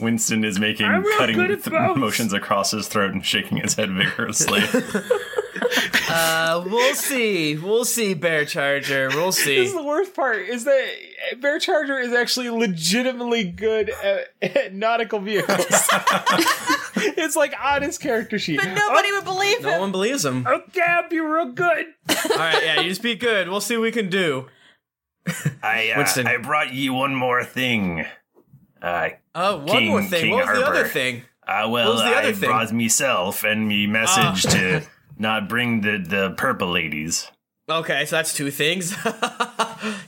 Speaker 1: Winston is making
Speaker 3: I'm real
Speaker 1: cutting
Speaker 3: good at
Speaker 1: th-
Speaker 3: both.
Speaker 1: motions across his throat and shaking his head vigorously.
Speaker 5: Uh, we'll see. We'll see, Bear Charger. We'll
Speaker 3: This
Speaker 5: see.
Speaker 3: is the worst part is that Bear Charger is actually legitimately good at, at nautical vehicles. it's like on his character sheet. But
Speaker 2: nobody would believe
Speaker 5: No one believes him. All
Speaker 3: Okay, I'll be real good.
Speaker 5: right, yeah, you just be good. We'll see what we can do.
Speaker 1: I uh,
Speaker 5: Winston.
Speaker 1: I brought you one more thing. Uh,
Speaker 5: Oh, one more thing. What was the other thing?
Speaker 1: Uh, well,
Speaker 5: What was the other
Speaker 1: I
Speaker 5: thing?
Speaker 1: brought myself and me message
Speaker 5: Ah.
Speaker 1: to not bring the the purple ladies.
Speaker 5: Okay, so that's two things.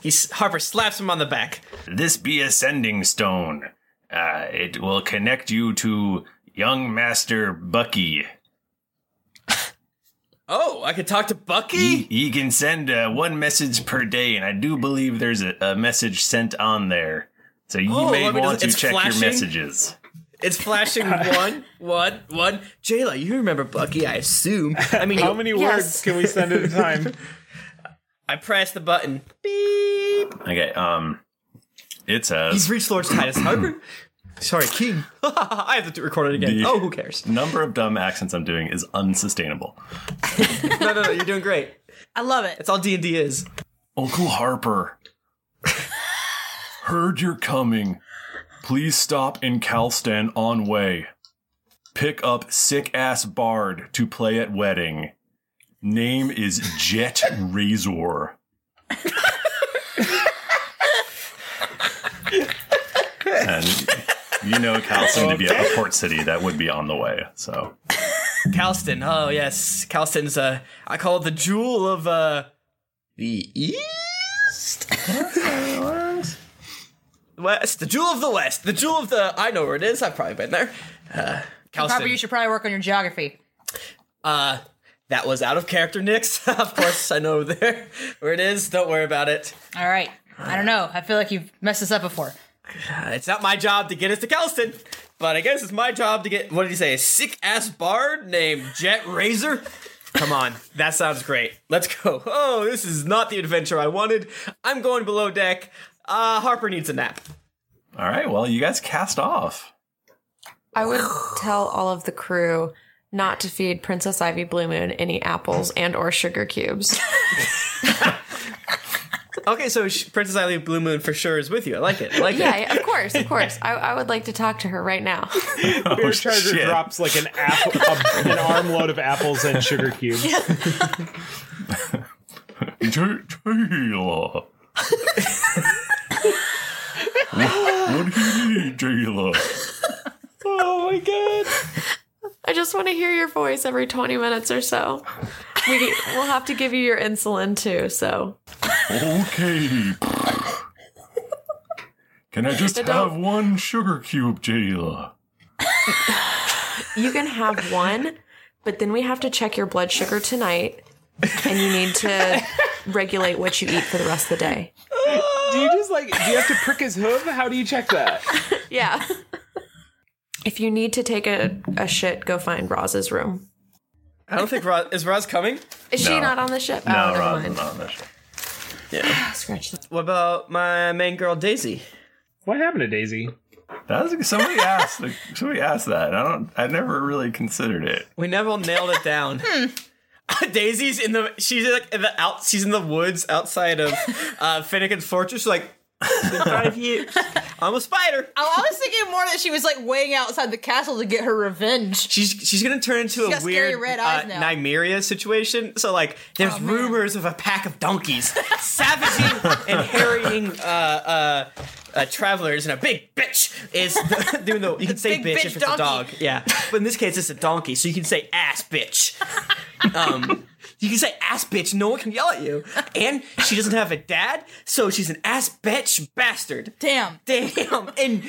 Speaker 5: he s- Harper slaps him on the back.
Speaker 1: This be a sending stone. Uh, it will connect you to young master Bucky.
Speaker 5: Oh, I could talk to Bucky.
Speaker 1: He, he can send uh, one message per day, and I do believe there's a, a message sent on there. So you
Speaker 5: Oh,
Speaker 1: may
Speaker 5: I mean,
Speaker 1: want to
Speaker 5: it's
Speaker 1: check
Speaker 5: flashing?
Speaker 1: your messages.
Speaker 5: It's flashing one, one, one. Jayla, you remember Bucky, I assume. I mean,
Speaker 3: How many words can we send at a time?
Speaker 5: I press the button.
Speaker 1: Okay. Um, it says
Speaker 5: He's reached Lord Titus Harper. Sorry, King. I have to record it again.
Speaker 1: The
Speaker 5: oh, who cares?
Speaker 1: Number of dumb accents I'm doing is unsustainable.
Speaker 5: no, no, no. You're doing great.
Speaker 2: I love it.
Speaker 5: That's all D and D is.
Speaker 1: Uncle Harper, heard you're coming. Please stop in Calstan on way. Pick up sick ass bard to play at wedding. Name is Jet Razor. and you know Calstan to be a port city that would be on the way. So
Speaker 5: Calston. Oh yes, Calston's. Uh, I call it the jewel of uh, the east. West, the jewel of the west, the jewel of the. I know where it is. I've probably been there. Uh,
Speaker 2: Harper, you
Speaker 5: Calston.
Speaker 2: should probably work on your geography.
Speaker 5: Uh, that was out of character, Nix. of course, I know there where it is. Don't worry about it.
Speaker 2: All right. I don't know. I feel like you've messed this up before.
Speaker 5: Uh, it's not my job to get us to Calston, but I guess it's my job to get. What did he say? A sick ass bard named Jet Razor. Come on, that sounds great. Let's go. Oh, this is not the adventure I wanted. I'm going below deck. Uh, Harper needs a nap.
Speaker 1: all right, well you guys cast off.
Speaker 4: I would tell all of the crew not to feed Princess Ivy Blue Moon any apples and or sugar cubes.
Speaker 5: Okay, so sh- Princess Eileen Blue Moon for sure is with you. I like it. I like
Speaker 4: yeah,
Speaker 5: it.
Speaker 4: yeah, of course, of course. I, I would like to talk to her right now.
Speaker 9: Bear Charger
Speaker 1: Oh, shit.
Speaker 9: drops like an apple, a, an armload of apples and sugar cubes.
Speaker 1: J- Jayla. what, what do you need, Jayla?
Speaker 4: Oh my god. I just want to hear your voice every 20 minutes or so. We, we'll have to give you your insulin too, so.
Speaker 1: Okay. Can I just
Speaker 4: I don't-
Speaker 1: have one sugar cube, Jayla?
Speaker 4: You can have one, but then we have to check your blood sugar tonight, and you need to regulate what you eat for the rest of the day.
Speaker 3: Do you just like? Do you have to prick his hoof? How do you check that?
Speaker 4: Yeah. If you need to take a, a shit, go find Roz's room.
Speaker 5: I don't think Roz is Roz coming.
Speaker 4: Is she not on the ship?
Speaker 5: No,
Speaker 4: oh, never
Speaker 5: Roz is
Speaker 4: mind.
Speaker 1: not on the ship.
Speaker 5: Yeah.
Speaker 4: Scratch that.
Speaker 5: What about my main girl Daisy?
Speaker 3: What happened to Daisy?
Speaker 1: That was, somebody asked. Like, somebody asked that. I don't. I never really considered it.
Speaker 5: We never nailed it down.
Speaker 2: Hmm.
Speaker 5: Daisy's in the she's like in the out she's in the woods outside of uh, Finnegan's fortress. Like five years. I'm a spider.
Speaker 2: Oh, I was thinking more that she was like waiting outside the castle to get her revenge.
Speaker 5: She's she's gonna turn into
Speaker 2: She's
Speaker 5: a
Speaker 2: got scary
Speaker 5: weird
Speaker 2: red eyes
Speaker 5: uh,
Speaker 2: now. Oh,
Speaker 5: Nymeria situation. So like, there's rumors of a pack of donkeys savaging and harrying uh, uh, uh, travelers, and a big bitch is the, even though you can say
Speaker 10: big
Speaker 5: bitch,
Speaker 10: bitch
Speaker 5: if it's a
Speaker 10: donkey.
Speaker 5: dog, yeah. But in this case, it's a donkey, so you can say ass bitch. Um, you can say ass bitch. No one can yell at you. And she doesn't have a dad, so she's an ass bitch bastard.
Speaker 2: Damn.
Speaker 5: Damn. And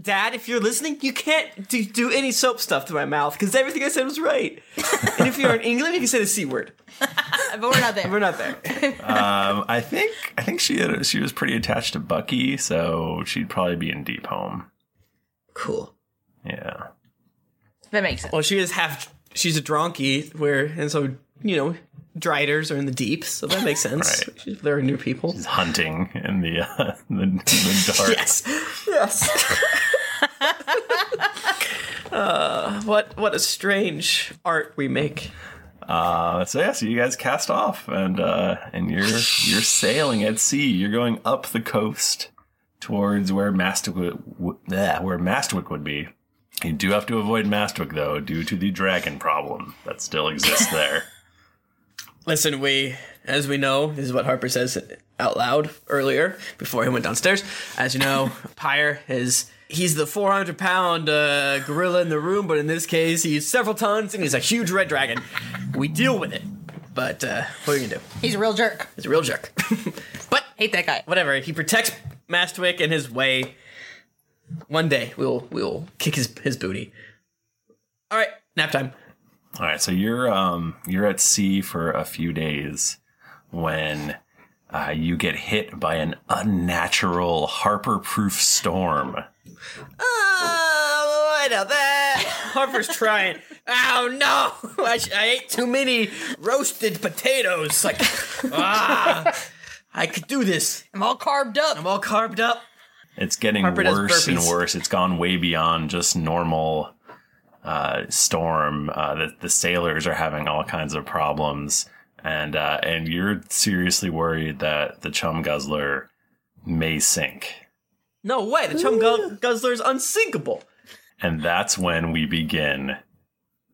Speaker 5: dad, if you're listening, you can't do, do any soap stuff to my mouth because everything I said was right. and if you're in England, you can say the c word.
Speaker 2: but we're not there.
Speaker 5: We're not there.
Speaker 1: Um, I think I think she had, she was pretty attached to Bucky, so she'd probably be in deep home.
Speaker 5: Cool.
Speaker 1: Yeah.
Speaker 2: That makes sense.
Speaker 5: Well, she is half. She's a donkey, where and so you know, driders are in the deep, so that makes sense. She's There are new people. She's
Speaker 1: hunting in the uh, in the, in the dark.
Speaker 5: Yes. Yes. uh, what what a strange art we make.
Speaker 1: Uh, so yeah, so you guys cast off, and uh, and you're you're sailing at sea. You're going up the coast towards where Mastwick w- bleh, where Mastwick would be. You do have to avoid Mastwick though, due to the dragon problem that still exists there.
Speaker 5: Listen, we, as we know, this is what Harper says out loud earlier before he went downstairs. As you know, Pyre is. He's the 400 pound uh, gorilla in the room, but in this case, he's several tons and he's a huge red dragon. We deal with it, but uh, what are you gonna do?
Speaker 2: He's a real jerk.
Speaker 5: He's a real jerk. but
Speaker 2: hate that guy.
Speaker 5: Whatever. He protects Mastwick and his way. One day we'll we'll kick his his booty. All right, nap time.
Speaker 1: All right, so you're um you're at sea for a few days when uh, you get hit by an unnatural Harper-proof storm.
Speaker 5: Oh, I know that. Harper's trying. Oh no! I, sh- I ate too many roasted potatoes. Like, ah, I could do this.
Speaker 2: I'm all carved up.
Speaker 5: I'm all carved up.
Speaker 1: It's getting
Speaker 5: Harper does
Speaker 1: worse and
Speaker 5: burpees.
Speaker 1: worse. It's gone way beyond just normal uh, storm. Uh, the, the sailors are having all kinds of problems, and uh, and you're seriously worried that the Chum Guzzler may sink.
Speaker 5: No way! The chum gu- guzzler is unsinkable.
Speaker 1: And that's when we begin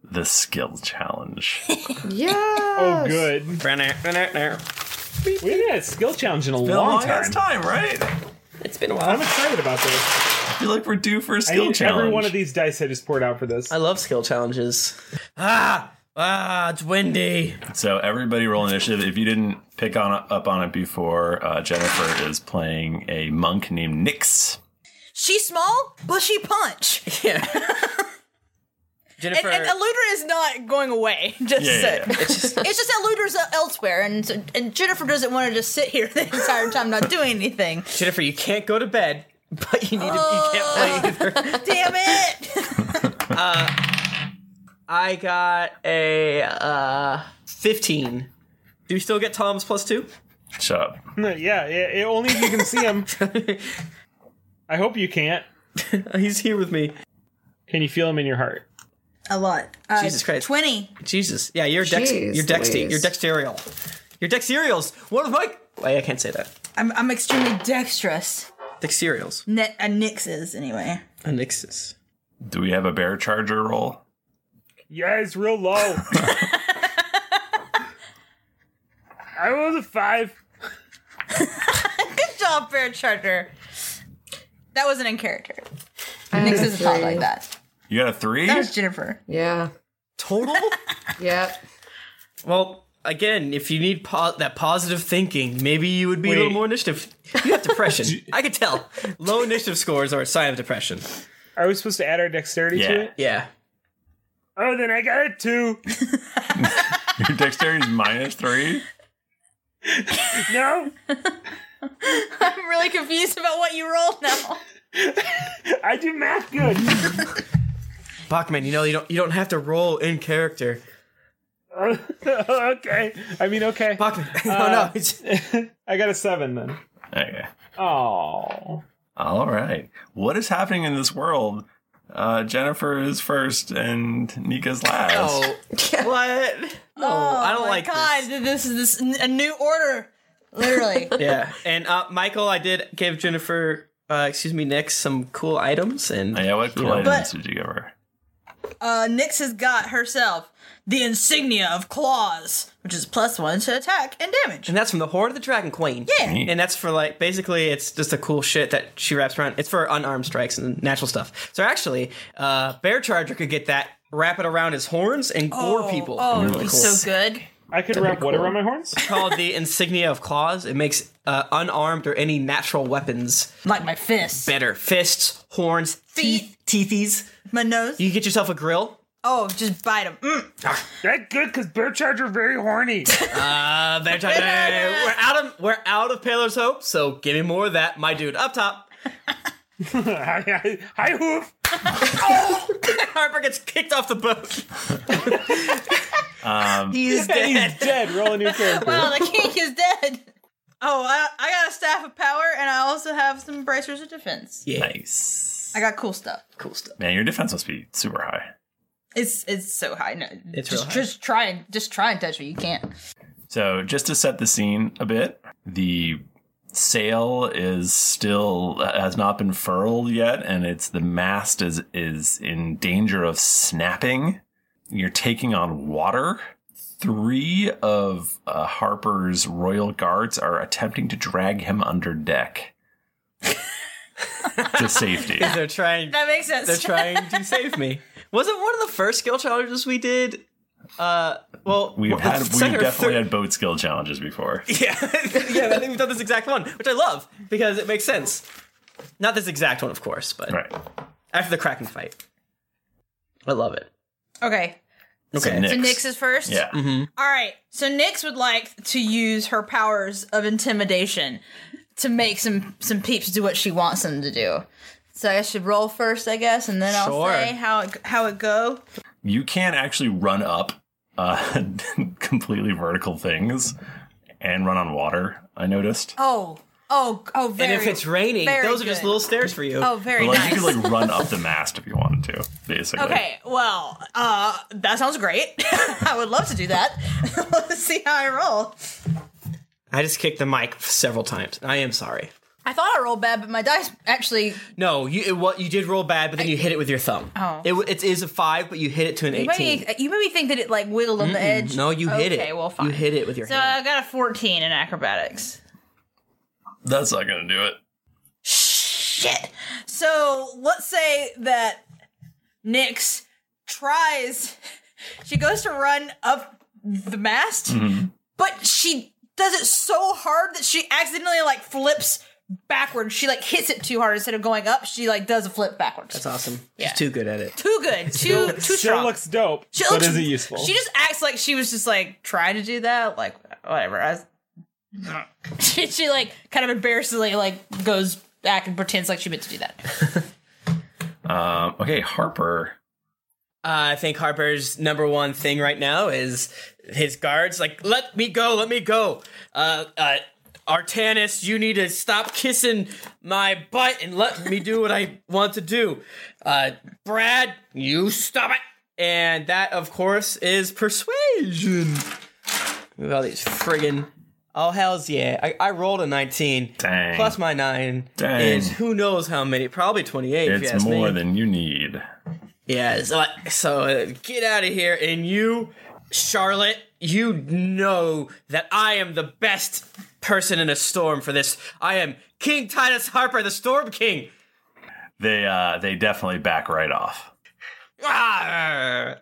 Speaker 1: the skill challenge.
Speaker 5: Yeah.
Speaker 3: Oh, good. We
Speaker 9: haven't had a skill challenge in a
Speaker 1: been a
Speaker 9: long
Speaker 1: long ass
Speaker 9: time.
Speaker 1: time, right?
Speaker 5: It's been a
Speaker 1: while.
Speaker 9: I'm excited about this.
Speaker 1: I feel like we're due for a
Speaker 9: I
Speaker 1: skill
Speaker 9: need
Speaker 1: challenge.
Speaker 9: Every one of these dice I just poured out for this. I
Speaker 5: love skill challenges. Ah, ah, it's windy.
Speaker 1: So everybody roll initiative. If you didn't pick on up on it before, uh, Jennifer is playing a monk named Nix.
Speaker 2: She's small, but she punch.
Speaker 5: Yeah.
Speaker 2: Jennifer. And, and Eludra is not going away. Just
Speaker 1: Yeah, yeah,
Speaker 2: sit.
Speaker 1: yeah.
Speaker 5: It's
Speaker 2: just Eludra's elsewhere, and so- and Jennifer doesn't want to just sit here the entire time not doing anything.
Speaker 5: Jennifer, you can't go to bed, but you need to. You can't play either.
Speaker 2: Uh, Damn it!
Speaker 5: Uh, I got a uh, fifteen. Do you still get Tom's plus two?
Speaker 1: Shut up.
Speaker 3: yeah, yeah, yeah, only if you can see him. I hope you can't.
Speaker 5: He's here with me.
Speaker 3: Can you feel him in your heart?
Speaker 2: A lot. Uh,
Speaker 5: Jesus Christ.
Speaker 2: Twenty.
Speaker 5: Jesus. Yeah, you're dex.
Speaker 2: Jeez
Speaker 5: You're dexty.
Speaker 2: Louise.
Speaker 5: You're dexterial. You're dexterials. What of my? Wait, I can't say that.
Speaker 2: I'm I'm extremely dexterous.
Speaker 5: Dexterials.
Speaker 2: Net uh, nixes anyway.
Speaker 5: A Nixus.
Speaker 1: Do we have a bear charger roll?
Speaker 3: Yeah, it's real low. I rolled a five.
Speaker 2: Good job, Bear Charter. That wasn't in character.
Speaker 1: I
Speaker 2: Nix
Speaker 1: had
Speaker 2: is not
Speaker 1: three.
Speaker 2: like that.
Speaker 1: You got a three?
Speaker 2: That was Jennifer.
Speaker 4: Yeah.
Speaker 5: Total.
Speaker 4: yeah.
Speaker 5: Well, again, if you need po- that positive thinking, maybe you would be a little
Speaker 3: Wait.
Speaker 5: more initiative. You have depression. I could tell. Low initiative scores are a sign of depression.
Speaker 3: Are we supposed to add our dexterity to it?
Speaker 5: Yeah.
Speaker 3: Oh, then I got a two.
Speaker 1: Your dexterity is minus three.
Speaker 3: No,
Speaker 2: I'm really confused about what you rolled now.
Speaker 3: I do math good.
Speaker 5: Bachman, you know you don't you don't have to roll in character.
Speaker 3: okay. I mean, okay.
Speaker 5: Bachman.
Speaker 3: No,
Speaker 5: no,
Speaker 3: I got a seven then.
Speaker 1: Okay.
Speaker 3: Oh.
Speaker 1: All right. What is happening in this world? Uh, Jennifer is first and Nika's last.
Speaker 5: Oh, what?
Speaker 2: oh,
Speaker 5: I don't
Speaker 2: my
Speaker 5: like
Speaker 2: God, this. is this n- a new order. Literally.
Speaker 5: yeah. And uh, Michael, I did give Jennifer, uh, excuse me, Nick, some cool items. And
Speaker 1: yeah, what
Speaker 2: cool items
Speaker 1: did you give her?
Speaker 2: Uh, Nyx has got herself the insignia of claws, which is plus one to attack and damage.
Speaker 5: And that's from the Horde of the Dragon Queen.
Speaker 2: Yeah. Neat.
Speaker 5: And that's for like basically it's just the cool shit that she wraps around. It's for unarmed strikes and natural stuff. So actually, uh, Bear Charger could get that, wrap it around his horns, and gore people.
Speaker 2: Oh, it'd be so good.
Speaker 3: I could wrap what around my horns?
Speaker 5: It's called the insignia of claws. It makes uh, unarmed or any natural weapons
Speaker 2: like my fists
Speaker 5: better. Fists, horns, teeth, teethies.
Speaker 2: My nose.
Speaker 5: You get yourself a grill.
Speaker 2: Oh, just bite Mm. them.
Speaker 3: Ah, That's good because Bear Charger very horny.
Speaker 5: Uh, Bear Charger, we're out of we're out of Paler's hope. So give me more of that, my dude. Up top.
Speaker 3: hi, hi, hoof. Oh!
Speaker 5: Harper gets kicked off the boat.
Speaker 1: Um,
Speaker 2: He's
Speaker 3: And he's dead. Roll a new character.
Speaker 2: Wow, the king is dead. Oh, I, I got a staff of power, and I also have some bracers of defense.
Speaker 1: Nice.
Speaker 2: I got cool stuff.
Speaker 5: Cool stuff.
Speaker 1: Man, your defense must be super high.
Speaker 2: It's it's so high. No,
Speaker 1: It's
Speaker 2: just
Speaker 1: real high.
Speaker 2: just try and just try and touch me. You can't.
Speaker 1: So, just to set the scene a bit, the sail is still has not been furled yet, and it's the mast is is in danger of snapping. You're taking on water. Three of uh, Harper's royal guards are attempting to drag him under deck to safety.
Speaker 5: They're trying.
Speaker 2: That makes sense.
Speaker 5: They're trying to save me. Wasn't one of the first skill challenges we did? Uh, well,
Speaker 1: We've
Speaker 5: the
Speaker 1: had
Speaker 5: second
Speaker 1: we've
Speaker 5: or
Speaker 1: definitely
Speaker 5: third-
Speaker 1: had boat skill challenges before.
Speaker 5: yeah, I think we've done this exact one, which I love because it makes sense. Not this exact one, of course, but after the Kraken fight, I love it.
Speaker 2: Okay.
Speaker 5: Okay,
Speaker 2: So Nyx is first.
Speaker 5: Mhm.
Speaker 2: All right. So Nyx would like to use her powers of intimidation to make some some peeps do what she wants them to do. So I should roll first, I guess, and then I'll
Speaker 1: Sure.
Speaker 2: say how it, how it go.
Speaker 1: you can't actually run up uh, completely vertical things and run on water. I noticed.
Speaker 2: Oh, oh, oh, very.
Speaker 5: and if it's raining,
Speaker 2: very
Speaker 5: those are just
Speaker 2: good.
Speaker 5: little stairs for you.
Speaker 2: Oh, very
Speaker 1: But, like,
Speaker 2: nice.
Speaker 1: You could like run up the mast if you wanted to, basically.
Speaker 2: Okay, well, uh, that sounds great. I would love to do that. Let's see how I roll.
Speaker 5: I just kicked the mic several times. I am sorry.
Speaker 2: I thought I rolled bad, but my dice actually.
Speaker 5: No, you it, what you did roll bad, but then you hit it with your thumb.
Speaker 2: Oh.
Speaker 5: It, w- it is a five, but you hit it to an
Speaker 2: You made,
Speaker 5: eighteen.
Speaker 2: me, you made me think that it like wiggled on the
Speaker 5: Mm-mm.
Speaker 2: edge.
Speaker 5: No, you hit it.
Speaker 2: Okay, well, fine.
Speaker 5: You hit it with your
Speaker 2: so
Speaker 5: hand.
Speaker 2: I got a 14 in acrobatics.
Speaker 1: That's not gonna do it.
Speaker 2: Shit. So let's say that Nyx tries. She goes to run up the mast,
Speaker 5: Mm. Mm-hmm.
Speaker 2: but she does it so hard that she accidentally like flips backwards. She like hits it too hard instead of going up. She like does a flip backwards.
Speaker 5: That's awesome.
Speaker 2: Yeah.
Speaker 5: She's too good at it.
Speaker 2: Too good. Too
Speaker 3: Still-
Speaker 2: too
Speaker 3: still
Speaker 2: strong.
Speaker 3: looks dope,
Speaker 2: She
Speaker 3: but
Speaker 2: looks-
Speaker 3: isn't useful.
Speaker 2: She just acts like she was just like trying to do that. Like whatever. I, she, she like kind of embarrassingly like goes back and pretends like she meant to do that.
Speaker 1: Um, okay, Harper.
Speaker 5: Uh, I think Harper's number one thing right now is his guards like, let me go, let me go. Uh, uh, Artanis, you need to stop kissing my butt and let me do what I want to do. Uh, Brad, you stop it. And that, of course, is persuasion. Look at all these friggin' oh hell's yeah! I, I rolled a nineteen
Speaker 1: Dang.
Speaker 5: plus my nine
Speaker 1: Dang.
Speaker 5: is who knows how many, probably twenty eight. if you
Speaker 1: It's
Speaker 5: ask
Speaker 1: more
Speaker 5: me.
Speaker 1: than you need.
Speaker 5: Yeah, so, I- so uh, get out of here. And you, Charlotte, you know that I am the best person in a storm for this. I am King Titus Harper, the Storm King.
Speaker 1: They uh they definitely back right off.
Speaker 5: Arr!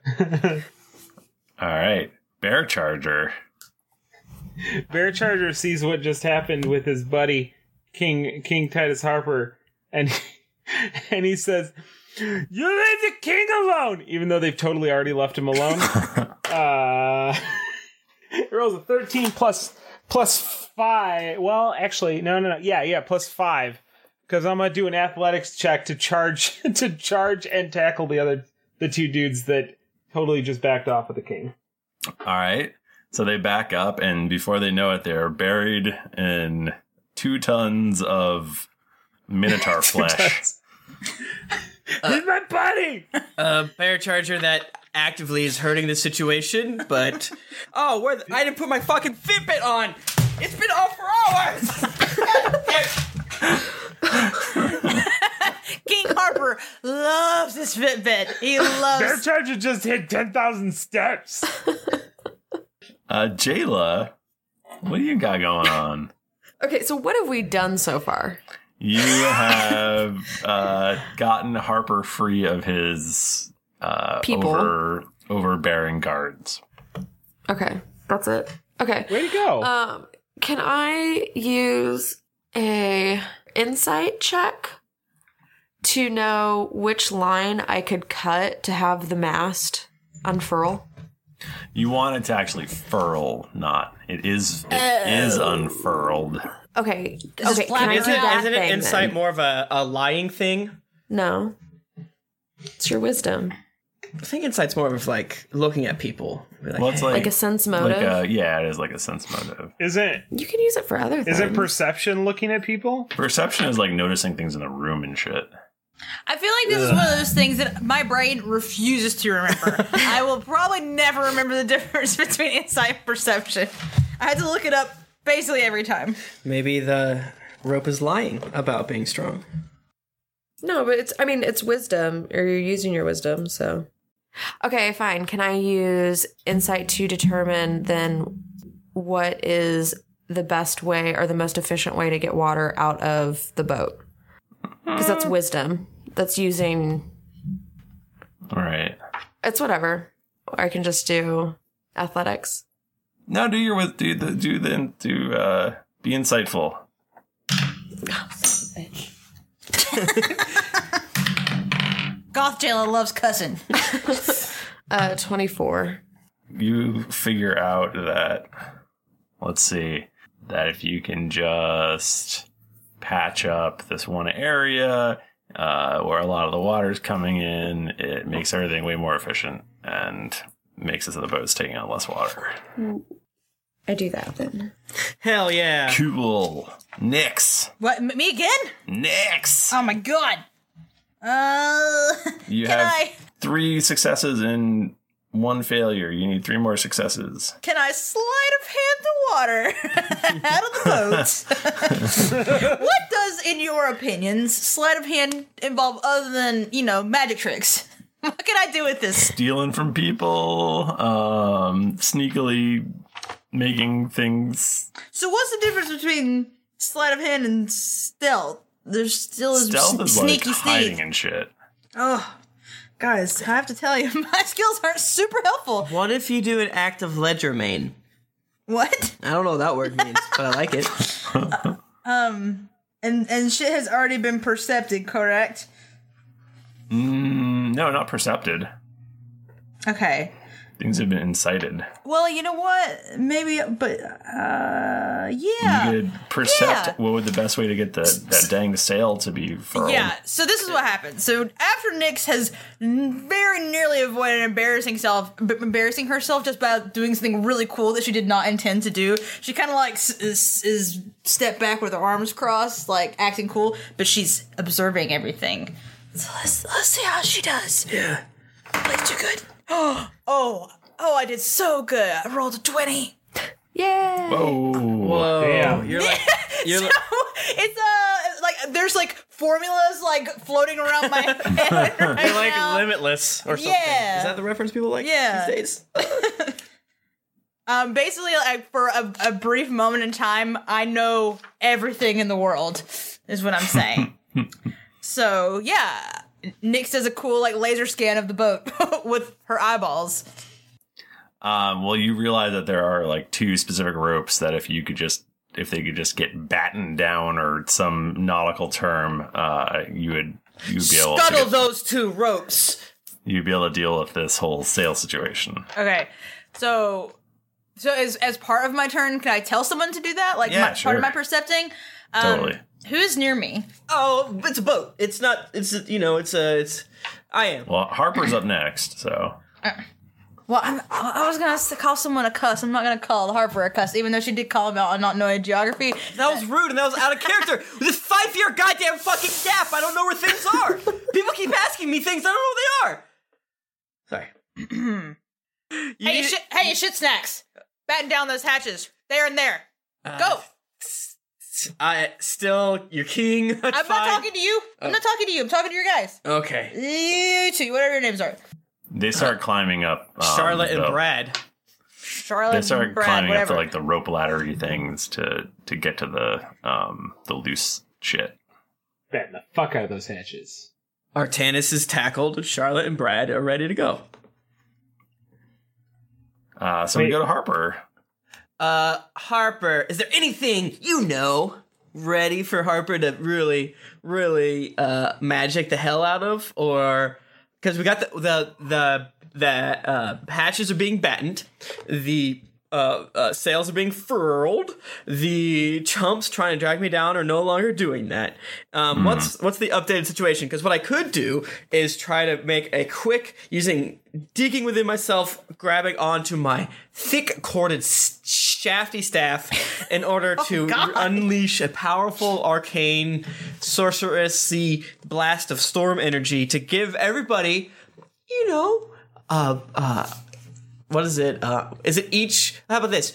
Speaker 1: All right, Bear Charger.
Speaker 3: Bear Charger sees what just happened with his buddy King King Titus Harper, and and he says, "You leave the king alone," even though they've totally already left him alone. uh, it rolls a thirteen plus plus five. Well, actually, no, no, no. Yeah, yeah, plus five because I'm gonna do an athletics check to charge to charge and tackle the other the two dudes that totally just backed off with the king.
Speaker 1: All right. So they back up, and before they know it, they're buried in two tons of minotaur flesh.
Speaker 5: He's
Speaker 3: my buddy!
Speaker 5: A bear charger that actively is hurting the situation, but. Oh, where the, I didn't put my fucking Fitbit on!
Speaker 2: It's been off for hours. King Harper loves his Fitbit. He
Speaker 3: Bear
Speaker 2: loves.
Speaker 3: Charger just hit 10,000 steps.
Speaker 1: Uh, Jayla, what do you got going on?
Speaker 4: Okay, so what have we done so far?
Speaker 1: You have uh, gotten Harper free of his uh,
Speaker 4: People.
Speaker 1: over overbearing guards.
Speaker 4: Okay, that's it. Okay.
Speaker 3: Way to go.
Speaker 4: Um, can I use a insight check to know which line I could cut to have the mast unfurl?
Speaker 1: You want it to actually furl, not it is it
Speaker 4: Oh.
Speaker 1: is unfurled.
Speaker 4: Okay.
Speaker 5: This is
Speaker 4: okay. Can I do
Speaker 5: isn't
Speaker 4: that
Speaker 5: isn't
Speaker 4: thing
Speaker 5: it insight
Speaker 4: then?
Speaker 5: more of a, a lying thing?
Speaker 4: No. It's your wisdom.
Speaker 5: I think insight's more of like looking at people. Be
Speaker 1: Well, it's like,
Speaker 4: Like a sense
Speaker 1: like
Speaker 4: motive?
Speaker 1: a- yeah, it is like a sense motive.
Speaker 3: Isn't
Speaker 4: You can use it for other things.
Speaker 3: isn't perception looking at people?
Speaker 1: Perception is like noticing things in the room and shit.
Speaker 2: I feel like this is one of those things that my brain refuses to remember. I will probably never remember the difference between insight and perception. I had to look it up basically every time.
Speaker 5: Maybe the rope is lying about being strong.
Speaker 4: No, but it's I mean it's wisdom, or you're using your wisdom, so Okay, fine. Can I use insight to determine then what is the best way or the most efficient way to get water out of the boat? Because that's wisdom. That's using
Speaker 1: All right.
Speaker 4: it's whatever. Or I can just do athletics.
Speaker 1: Now do your with do the do the do uh be insightful.
Speaker 2: Goth Jayla loves cussing.
Speaker 4: uh, 24.
Speaker 1: You figure out that let's see that if you can just patch up this one area uh, where a lot of the water's coming in, it makes everything way more efficient and makes it so the boat's taking on less water.
Speaker 4: I do that then.
Speaker 5: Hell yeah.
Speaker 1: Cool. Nix.
Speaker 2: What? m- Me again?
Speaker 1: Nix.
Speaker 2: Oh my god. Uh,
Speaker 1: You
Speaker 2: can
Speaker 1: have
Speaker 2: I
Speaker 1: three successes and one failure. You need three more successes.
Speaker 2: can I slide of hand to water out of the boat? what does, in your opinions, slide of hand involve other than you know magic tricks? What can I do with this?
Speaker 1: stealing from people, um, sneakily making things.
Speaker 2: So, what's the difference between sleight of hand and stealth? There's still is
Speaker 1: Stealth is like
Speaker 2: sneaky
Speaker 1: hiding
Speaker 2: sneak.
Speaker 1: and shit.
Speaker 2: Oh, guys, I have to tell you, my skills aren't super helpful.
Speaker 5: What if you do an act of ledger main?
Speaker 2: What?
Speaker 5: I don't know what that word means, but I like it.
Speaker 2: Um, and and shit has already been percepted, correct?
Speaker 1: Mm, no, not percepted.
Speaker 2: Okay.
Speaker 1: Things have been incited.
Speaker 2: Well, you know what? Maybe, but uh,
Speaker 1: You
Speaker 2: yeah,
Speaker 1: could percept
Speaker 2: Yeah.
Speaker 1: what would the best way to get the, that dang sail to be furled.
Speaker 2: yeah. So this is what happened. So after Nyx has n- very nearly avoided embarrassing self, b- embarrassing herself just by doing something really cool that she did not intend to do, she kind of like s- is, is step back with her arms crossed, like acting cool, but she's observing everything. So let's let's see how she does. Yeah. Like too good. Oh, oh, oh! I did so good. I rolled a twenty.
Speaker 4: Yeah.
Speaker 1: Whoa.
Speaker 5: Whoa. You're like you're like,
Speaker 2: It's uh like there's like formulas like floating around my head.
Speaker 5: you're
Speaker 2: right
Speaker 5: like
Speaker 2: now.
Speaker 5: limitless or something.
Speaker 2: Yeah.
Speaker 5: Is that the reference people like
Speaker 2: Yeah.
Speaker 5: these days?
Speaker 2: Um, basically, like for a, a brief moment in time, I know everything in the world. Is what I'm saying. so yeah, Nyx does a cool like laser scan of the boat with her eyeballs.
Speaker 1: Um, well, you realize that there are like two specific ropes that if you could just if they could just get battened down or some nautical term, uh, you would you'd be able to
Speaker 5: Scuttle
Speaker 1: get-
Speaker 5: those two ropes.
Speaker 1: you'd be able to deal with this whole sail situation.
Speaker 2: Okay, so so as as part of my turn, can I tell someone to do that? Like
Speaker 1: Yeah,
Speaker 2: my, part
Speaker 1: sure.
Speaker 2: of my percepting.
Speaker 1: Totally.
Speaker 2: Who's near me?
Speaker 5: Oh, it's a boat. It's not. It's a- you know. It's a. It's. I am.
Speaker 1: Well, Harper's up next, so
Speaker 2: Well, I'm, I was gonna s- call someone a cuss. I'm not gonna call Harper a cuss, even though she did call him out on not knowing geography.
Speaker 5: That was rude and that was out of character. With this five year goddamn fucking gap, I don't know where things are. People keep asking me things I don't know where
Speaker 2: hey, you shit, hey, you shit snacks! Batten down those hatches. There and there. Go.
Speaker 5: Uh, I still you're king.
Speaker 2: I'm not talking to you. I'm
Speaker 5: Oh.
Speaker 2: not talking to you. I'm talking to your guys.
Speaker 5: Okay.
Speaker 2: You two, whatever your names are.
Speaker 1: They start climbing up. um,
Speaker 5: Charlotte and
Speaker 1: the-
Speaker 5: Brad.
Speaker 2: Charlotte,
Speaker 1: They start
Speaker 2: Brad,
Speaker 1: climbing
Speaker 2: whatever.
Speaker 1: up to like the rope laddery things to to get to the um the loose shit.
Speaker 3: Batting the fuck out of those hatches.
Speaker 5: Artanis is tackled. Charlotte and Brad are ready to go.
Speaker 1: Uh, so we
Speaker 5: Wait.
Speaker 1: go to Harper.
Speaker 5: Uh, Harper, is there anything you know ready for Harper to really, really uh magic the hell out of, or because we got the the the the uh, hatches are being battened, the uh, uh, sails are being furled, the chumps trying to drag me down are no longer doing that. Um, What's what's the updated situation? Because what I could do is try to make a quick using digging within myself, grabbing onto my thick corded s- shafty staff in order to unleash a powerful arcane sorceressy blast of storm energy to give everybody, you know, uh, uh, what is it? Uh, is it each? How about this?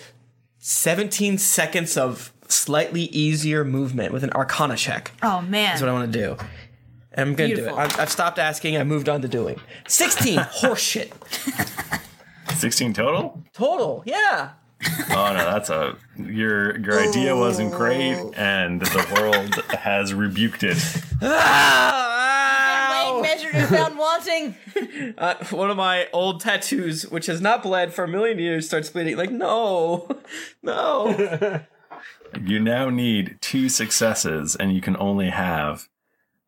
Speaker 5: 17 seconds of slightly easier movement with an arcana check.
Speaker 2: Oh man.
Speaker 5: That's what I want to do. And I'm going to do it.
Speaker 2: Beautiful.
Speaker 5: I've, I've stopped asking. I moved on to doing. 16. Horseshit.
Speaker 1: 16 total?
Speaker 5: Total. Yeah.
Speaker 1: Oh no, that's a your your idea wasn't great, and the world has rebuked it.
Speaker 2: Wayne measured and found wanting.
Speaker 5: Uh, one of my old tattoos, which has not bled for a million years, starts bleeding. Like, no. No.
Speaker 1: You now need two successes, and you can only have.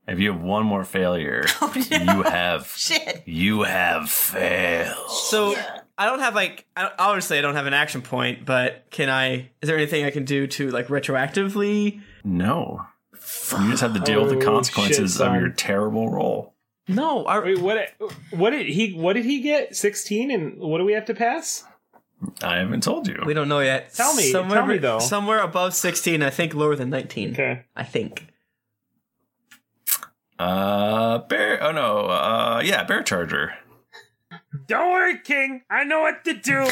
Speaker 1: If you have one more failure, you have
Speaker 2: Shit.
Speaker 1: you have failed.
Speaker 5: So I don't have like I don't- obviously I don't have an action point, but can I? Is there anything I can do to like retroactively?
Speaker 1: No, you just have to deal with the
Speaker 5: Oh,
Speaker 1: consequences
Speaker 5: shit,
Speaker 1: of
Speaker 5: son.
Speaker 1: your terrible roll.
Speaker 5: No,
Speaker 3: wait. What? What did he? What did he get? Sixteen, and what do we have to pass?
Speaker 1: I haven't told you.
Speaker 5: We don't know yet.
Speaker 3: Tell me, tell me, though.
Speaker 5: Somewhere above sixteen, I think lower than nineteen.
Speaker 3: Okay.
Speaker 5: I think.
Speaker 1: Uh, bear. Oh no. Uh, yeah, bear charger.
Speaker 3: Don't worry, King. I know what to do.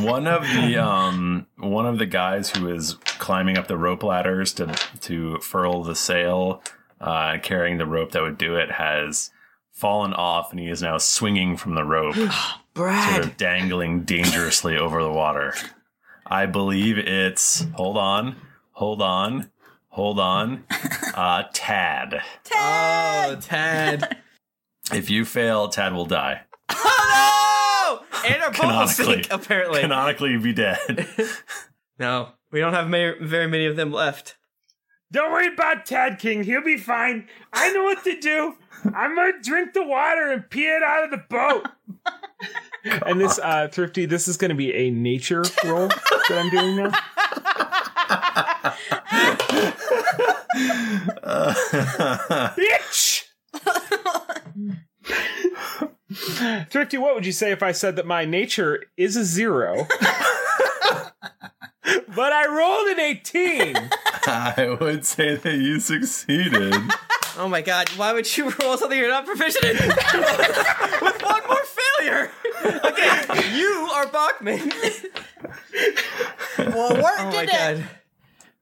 Speaker 1: one of the um one of the guys who is climbing up the rope ladders to to furl the sail uh carrying the rope that would do it has fallen off and he is now swinging from the rope
Speaker 5: Brad.
Speaker 1: sort of dangling dangerously over the water i believe it's hold on hold on hold on uh tad
Speaker 5: Tad. Oh, Tad.
Speaker 1: if you fail tad will die
Speaker 5: Oh no! And our bubbles
Speaker 1: canonically
Speaker 5: sink apparently.
Speaker 1: canonically you'd be dead
Speaker 5: no, we don't have ma- very many of them left.
Speaker 3: Don't worry about Tad King. He'll be fine. I know what to do. I'm gonna drink the water and pee it out of the boat. and this uh, thrifty, this is going to be a nature roll that I'm doing now. Bitch. Thrifty, what would you say if I said that my nature is a zero, but I rolled an eighteen?
Speaker 1: i would say that you succeeded
Speaker 5: Oh my god, why would you roll something you're not proficient in? With one more failure! Okay, you are Bachman.
Speaker 2: well,
Speaker 3: work
Speaker 5: oh
Speaker 3: did
Speaker 5: my
Speaker 3: it.
Speaker 5: god.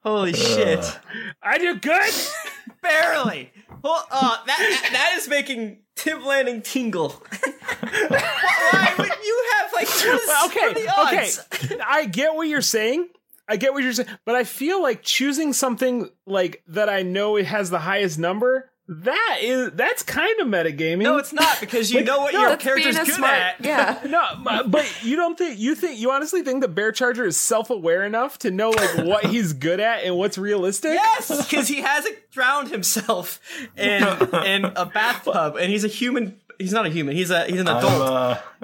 Speaker 5: Holy shit.
Speaker 3: I do good?
Speaker 5: Barely. Well, uh, that, that is making Tim Lanning tingle. why, why would you have, like, just
Speaker 3: Well,
Speaker 5: okay,
Speaker 3: okay, okay. I get what you're saying. I get what you're saying, but I feel like choosing something like that I know it has the highest number. That is that's kind of metagaming. No,
Speaker 5: it's not because you know what your That's character's being a good smart- at. yeah.
Speaker 3: no, but- but you don't think you think you honestly think the bear charger is self-aware enough to know like what he's good at and what's realistic?
Speaker 5: Yes, because he hasn't drowned himself in in a bathtub, and he's a human. He's not a human. He's a he's an adult.
Speaker 1: I'm,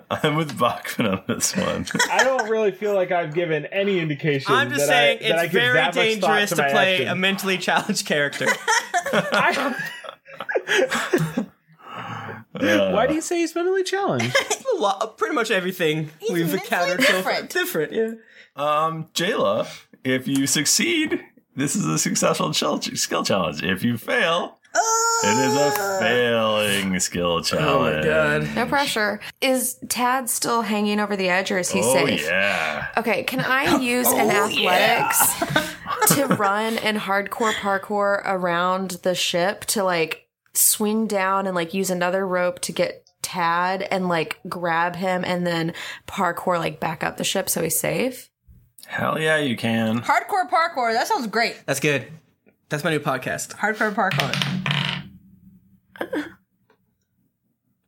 Speaker 1: uh, I'm with Bachman on this one.
Speaker 3: I don't really feel like I've given any indication.
Speaker 5: I'm just
Speaker 3: that I-
Speaker 5: saying
Speaker 3: that I
Speaker 5: it's
Speaker 3: give that
Speaker 5: very
Speaker 3: much thought
Speaker 5: dangerous to,
Speaker 3: my
Speaker 5: play
Speaker 3: action.
Speaker 5: a mentally challenged character.
Speaker 3: Why do you say he's mentally challenged?
Speaker 5: a lot, pretty much everything we've encountered so far. Different, yeah.
Speaker 1: Um, Jayla, if you succeed, this is a successful chel- skill challenge. If you fail, it is
Speaker 4: Ah!
Speaker 1: a failing skill
Speaker 4: Oh
Speaker 1: challenge.
Speaker 4: No pressure. Is Tad still hanging over the edge or is he
Speaker 1: Oh,
Speaker 4: safe?
Speaker 1: yeah.
Speaker 4: Okay, can I use an
Speaker 1: Oh,
Speaker 4: athletics to run and hardcore parkour around the ship to like swing down and like use another rope to get Tad and like grab him and then parkour like back up the ship so he's safe.
Speaker 1: Hell yeah, you can.
Speaker 2: Hardcore parkour. That sounds great.
Speaker 5: That's good. That's my new podcast.
Speaker 2: Hardcore parkour.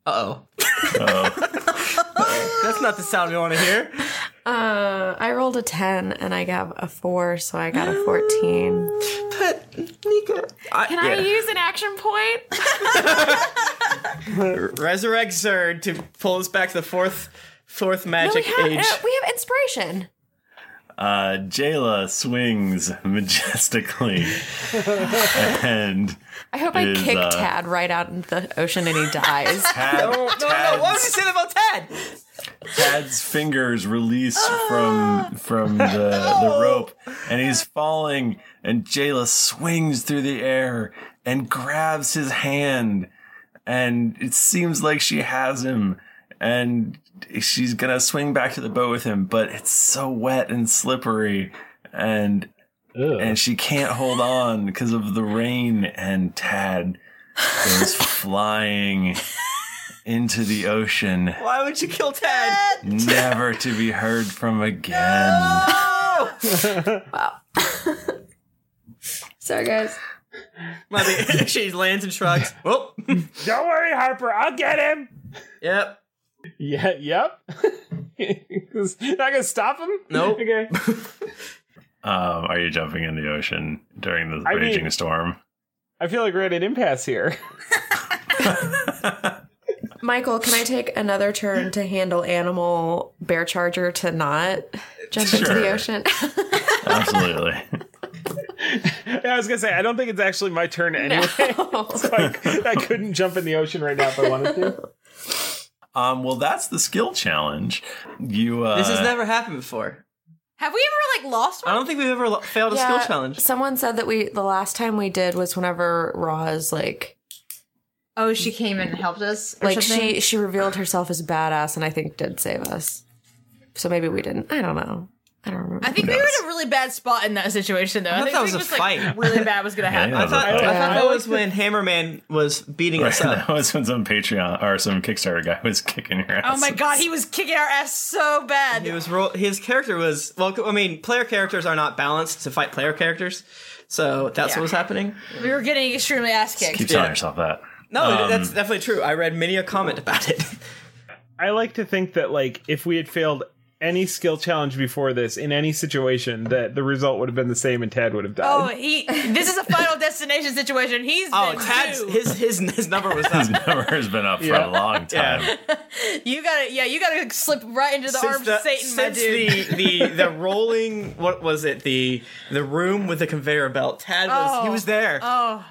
Speaker 5: Uh
Speaker 1: oh.
Speaker 5: That's not the sound we want to hear.
Speaker 4: Uh, I rolled a 10 and I got a 4, so I got a 14.
Speaker 5: I-
Speaker 4: Can I
Speaker 5: yeah.
Speaker 4: use an action point?
Speaker 5: Resurrect Zerd to pull us back to the fourth fourth magic
Speaker 4: no, we
Speaker 5: age.
Speaker 4: have, uh, we have inspiration.
Speaker 1: Uh, Jayla swings majestically and
Speaker 4: I hope I
Speaker 1: is,
Speaker 4: kick
Speaker 1: uh,
Speaker 4: Tad right out into the ocean and he dies.
Speaker 1: Tad- No, no, no, Tad- what was
Speaker 5: he saying about Tad?
Speaker 1: Tad's fingers release from from the, the rope, and he's falling. And Jayla swings through the air and grabs his hand, and it seems like she has him, and she's gonna swing back to the boat with him. But it's so wet and slippery, and and she can't hold on because of the rain. And Tad goes flying into the ocean
Speaker 5: Why would you kill Tad?
Speaker 1: never to be heard from again.
Speaker 4: wow. Sorry, guys.
Speaker 5: Mommy, she lands and shrugs. Well,
Speaker 3: Don't worry, Harper. I'll get him.
Speaker 5: Yep.
Speaker 3: Yeah. Yep. Not gonna stop him.
Speaker 5: Nope.
Speaker 3: Okay.
Speaker 1: Um, are you jumping in the ocean during the
Speaker 3: I mean-
Speaker 1: raging storm?
Speaker 3: I feel like we're at an impasse here.
Speaker 4: Michael, can I take another turn to handle animal bear charger to not jump into the
Speaker 3: Sure.
Speaker 4: ocean?
Speaker 1: Absolutely.
Speaker 3: I was gonna say I don't think it's actually my turn anyway. so I, I couldn't jump in the ocean right now if I wanted to.
Speaker 1: Um, well, that's the skill challenge. You uh,
Speaker 5: this has never happened before.
Speaker 2: Have we ever like lost
Speaker 5: I don't think we've ever lo- failed a skill
Speaker 4: Yeah,
Speaker 5: challenge.
Speaker 4: Someone said that we the last time we did was whenever Roz like
Speaker 2: Oh, she came and helped us. or
Speaker 4: like
Speaker 2: something?
Speaker 4: she she revealed herself as badass and I think did save us. So maybe we didn't. I don't know. I don't remember.
Speaker 2: I think we were in a really bad spot in that situation, though.
Speaker 5: I thought
Speaker 2: think
Speaker 5: that
Speaker 2: we
Speaker 5: was a
Speaker 2: just,
Speaker 5: fight.
Speaker 2: Like, really bad was gonna
Speaker 1: Yeah,
Speaker 2: happen.
Speaker 1: yeah,
Speaker 5: I thought,
Speaker 1: I
Speaker 5: I
Speaker 1: like
Speaker 5: thought
Speaker 1: that.
Speaker 5: that was when Hammerman was beating
Speaker 1: Right,
Speaker 5: us
Speaker 1: that
Speaker 5: up.
Speaker 1: was when some Patreon or some Kickstarter guy was kicking your ass.
Speaker 2: Oh my god, he was kicking our ass so bad.
Speaker 5: He was ro- his character was well. I mean, player characters are not balanced to fight player characters, so that's
Speaker 2: Yeah.
Speaker 5: what was happening.
Speaker 2: We were getting extremely ass kicked.
Speaker 1: Keep telling yourself that.
Speaker 5: No,
Speaker 1: Um,
Speaker 5: that's definitely true. I read many a comment about it.
Speaker 3: I like to think that like if we had failed any skill challenge before this in any situation, that the result would have been the same and Tad would have died.
Speaker 2: Oh, he. This is a Final Destination situation. He's
Speaker 5: Oh,
Speaker 2: been
Speaker 5: Tad's
Speaker 2: due.
Speaker 5: his his his number was up.
Speaker 1: his number has been up for a
Speaker 5: Yeah.
Speaker 1: long time.
Speaker 2: You gotta, yeah, you gotta slip right into the arms
Speaker 5: the-
Speaker 2: of Satan, my
Speaker 5: since
Speaker 2: dude.
Speaker 5: the the the rolling what was it the the room with the conveyor belt. Tad was he
Speaker 2: Oh.
Speaker 5: was there.
Speaker 2: Oh,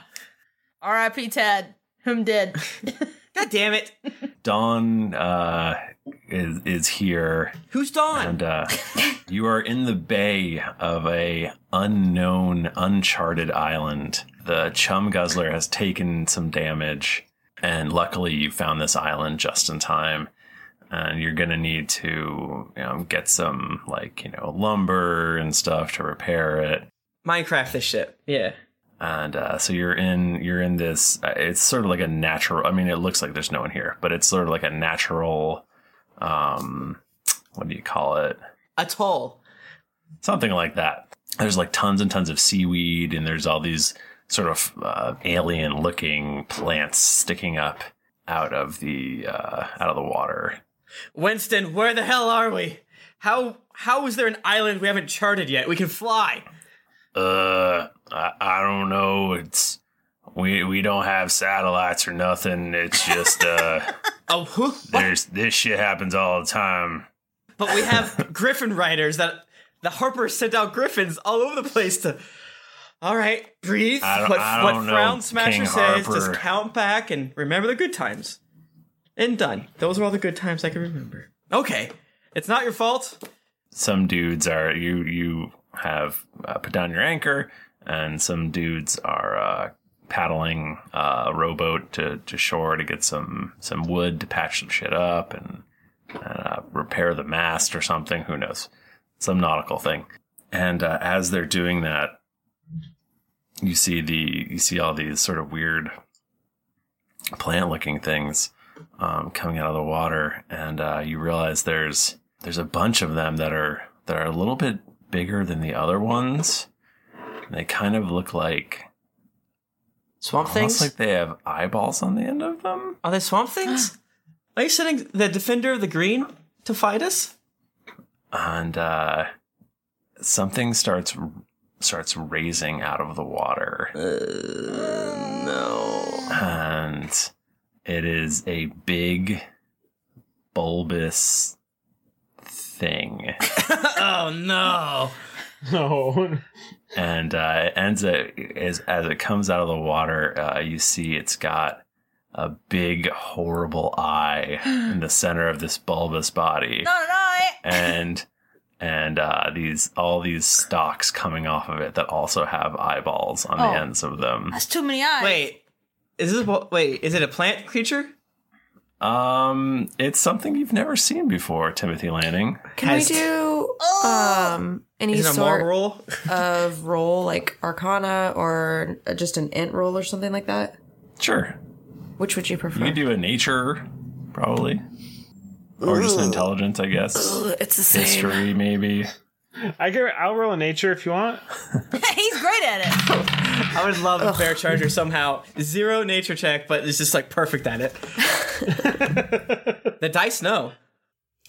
Speaker 2: R.I.P. Tad. Whom did?
Speaker 5: God damn it!
Speaker 1: Dawn uh, is is here.
Speaker 5: Who's Dawn?
Speaker 1: And uh, you are in the bay of a unknown, uncharted island. The Chum Guzzler has taken some damage, and luckily you found this island just in time. And you're gonna need to, you know, get some like you know lumber and stuff to repair it
Speaker 5: Minecraft this shit. Yeah.
Speaker 1: and uh, so you're in you're in this uh, it's sort of like a natural i mean it looks like there's no one here but it's sort of like a natural um what do you call it
Speaker 5: Atoll.
Speaker 1: something like that there's like tons and tons of seaweed and there's all these sort of uh, alien looking plants sticking up out of the uh, out of the water
Speaker 5: Winston, where the hell are we? How how is there an island we haven't charted yet? We can fly.
Speaker 1: Uh, I, I don't know. It's we we don't have satellites or nothing. It's just uh,
Speaker 5: oh,
Speaker 1: there's this shit happens all the time.
Speaker 5: But we have griffin riders that the Harper sent out griffins all over the place to All right, breathe.
Speaker 1: I don't-
Speaker 5: what
Speaker 1: I
Speaker 5: what
Speaker 1: don't know,
Speaker 5: Frown Smasher
Speaker 1: King
Speaker 5: says,
Speaker 1: Harper.
Speaker 5: just count back and remember the good times. And done. Those are all the good times I can remember. Okay. It's not your fault.
Speaker 1: Some dudes are you you have uh, put down your anchor, and some dudes are uh, paddling uh, a rowboat to, to shore to get some some wood to patch some shit up and uh, repair the mast or something. Who knows? Some nautical thing. And uh, as they're doing that, you see the you see all these sort of weird plant looking things um, coming out of the water, and uh, you realize there's there's a bunch of them that are that are a little bit bigger than the other ones. And they kind of look like
Speaker 5: Swamp
Speaker 1: almost
Speaker 5: things?
Speaker 1: like they have eyeballs on the end of them.
Speaker 5: Are they swamp things? Are you sending the defender of the green to fight us?
Speaker 1: and uh, something starts starts raising out of the water.
Speaker 5: Uh,
Speaker 1: no, and it is a big bulbous thing,
Speaker 5: oh no.
Speaker 3: No.
Speaker 1: and uh, it ends up as as it comes out of the water. Uh, you see, it's got a big horrible eye in the center of this bulbous body.
Speaker 2: Not an eye.
Speaker 1: and and uh, these all these stalks coming off of it that also have eyeballs on the
Speaker 2: Oh.
Speaker 1: ends of
Speaker 5: Um.
Speaker 1: them.
Speaker 2: That's too many eyes.
Speaker 5: Wait, is this what? Wait, is it a plant creature?
Speaker 1: Um, it's something you've never seen before, Timothy Lanning.
Speaker 4: Can we do
Speaker 2: Oh!
Speaker 4: um, any
Speaker 1: Is it a
Speaker 4: sort
Speaker 1: mob
Speaker 5: roll?
Speaker 4: of roll like Arcana or just an Int roll or something like that?
Speaker 1: Sure.
Speaker 4: Which would you
Speaker 1: You
Speaker 4: prefer?
Speaker 1: can do a nature, probably, or just an intelligence, I guess.
Speaker 4: Ugh, it's the
Speaker 3: same.
Speaker 1: History, maybe.
Speaker 3: I can, I'll roll a nature if you want.
Speaker 2: He's great at it.
Speaker 5: I would love if Bear Charger somehow zero nature check, but is just like perfect at it. the dice know.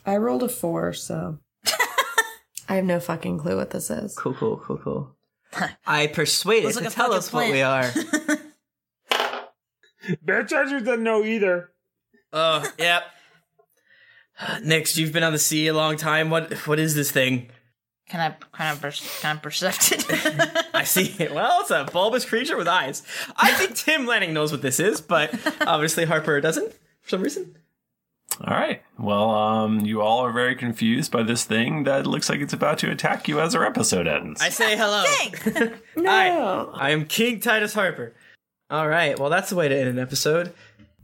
Speaker 4: I rolled a four, so I have no fucking clue what this is.
Speaker 5: Cool, cool, cool, cool. I persuade it
Speaker 4: Looks
Speaker 5: to
Speaker 4: like a
Speaker 5: tell
Speaker 4: fucking
Speaker 5: us what we are.
Speaker 3: Bear Charger doesn't know either.
Speaker 5: Oh, yep. Nix, you've been on the sea a long time. What what is this thing?
Speaker 2: Can I kind of pers- kind of percept it?
Speaker 5: I see it. Well, it's a bulbous creature with eyes. I think Tim Lanning knows what this is, but obviously Harper doesn't for some reason.
Speaker 1: All right. Well, um, you all are very confused by this thing that looks like it's about to attack you as our episode ends.
Speaker 5: I say hello. no. I, I am King Titus Harper. All right. Well, that's the way to end an episode.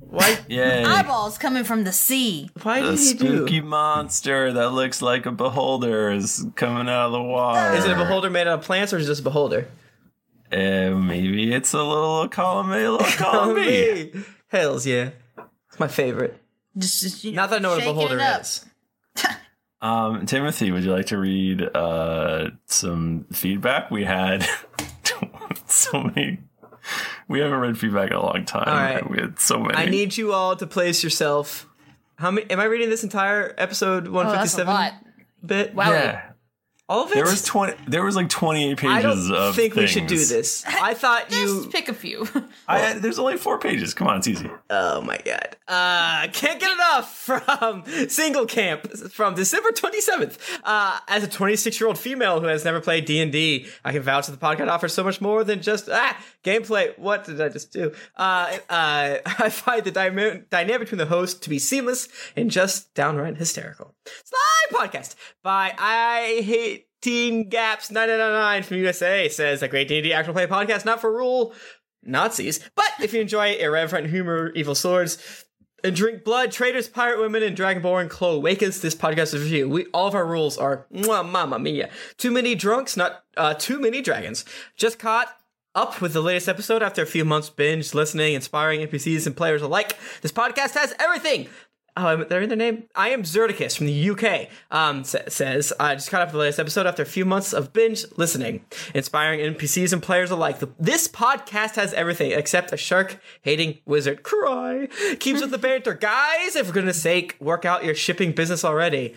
Speaker 5: Why?
Speaker 1: Yay.
Speaker 2: Eyeballs coming from the sea.
Speaker 5: Why
Speaker 1: the spooky monster that looks like a beholder is coming out of the water.
Speaker 5: Is it a beholder made out of plants or is it just a beholder?
Speaker 1: Uh, maybe it's a little column A, little column B.
Speaker 5: Column Hells yeah. It's my favorite.
Speaker 2: Just,
Speaker 5: Not that I know what a
Speaker 2: shaking
Speaker 5: beholder
Speaker 2: it up.
Speaker 5: is.
Speaker 1: Um, Timothy, would you like to read uh, some feedback we had? so many. We haven't read feedback in a long time.
Speaker 5: All right.
Speaker 1: We had so many.
Speaker 5: I need you all to place yourself. How many? Am I reading this entire episode one fifty seven? Bit. Wow.
Speaker 1: Yeah.
Speaker 5: All of it.
Speaker 1: There was twenty. There was like twenty-eight pages
Speaker 5: I don't
Speaker 1: of
Speaker 5: think we should do
Speaker 1: things.
Speaker 5: this. I thought you
Speaker 2: pick a few.
Speaker 1: I, there's only four pages. Come on, it's easy.
Speaker 5: Oh my god. Uh, can't get enough from Single Camp from December 27th. Uh, as a 26-year-old female who has never played D&D, I can vouch that the podcast offers so much more than just ah, gameplay. What did I just do? Uh, uh, I find the dyma- dynamic between the host to be seamless and just downright hysterical. Sly Podcast by I Hate Teen Gaps 999 from USA says a great D&D actual play podcast, not for rule Nazis. But if you enjoy irreverent humor, evil swords, and drink blood, traitors, pirate women, and Dragonborn cloacas, this podcast is for you. We all of our rules are mwah, mamma mia. Too many drunks, not uh, too many dragons. Just caught up with the latest episode after a few months binge listening, inspiring NPCs and players alike. This podcast has everything. Um, they're in their name. I am Zerticus from the UK. Um, sa- says I just caught up with the latest episode after a few months of binge listening, inspiring NPCs and players alike. The, this podcast has everything except a shark-hating wizard. Cry keeps with the banter, guys. If for goodness' sake, work out your shipping business already.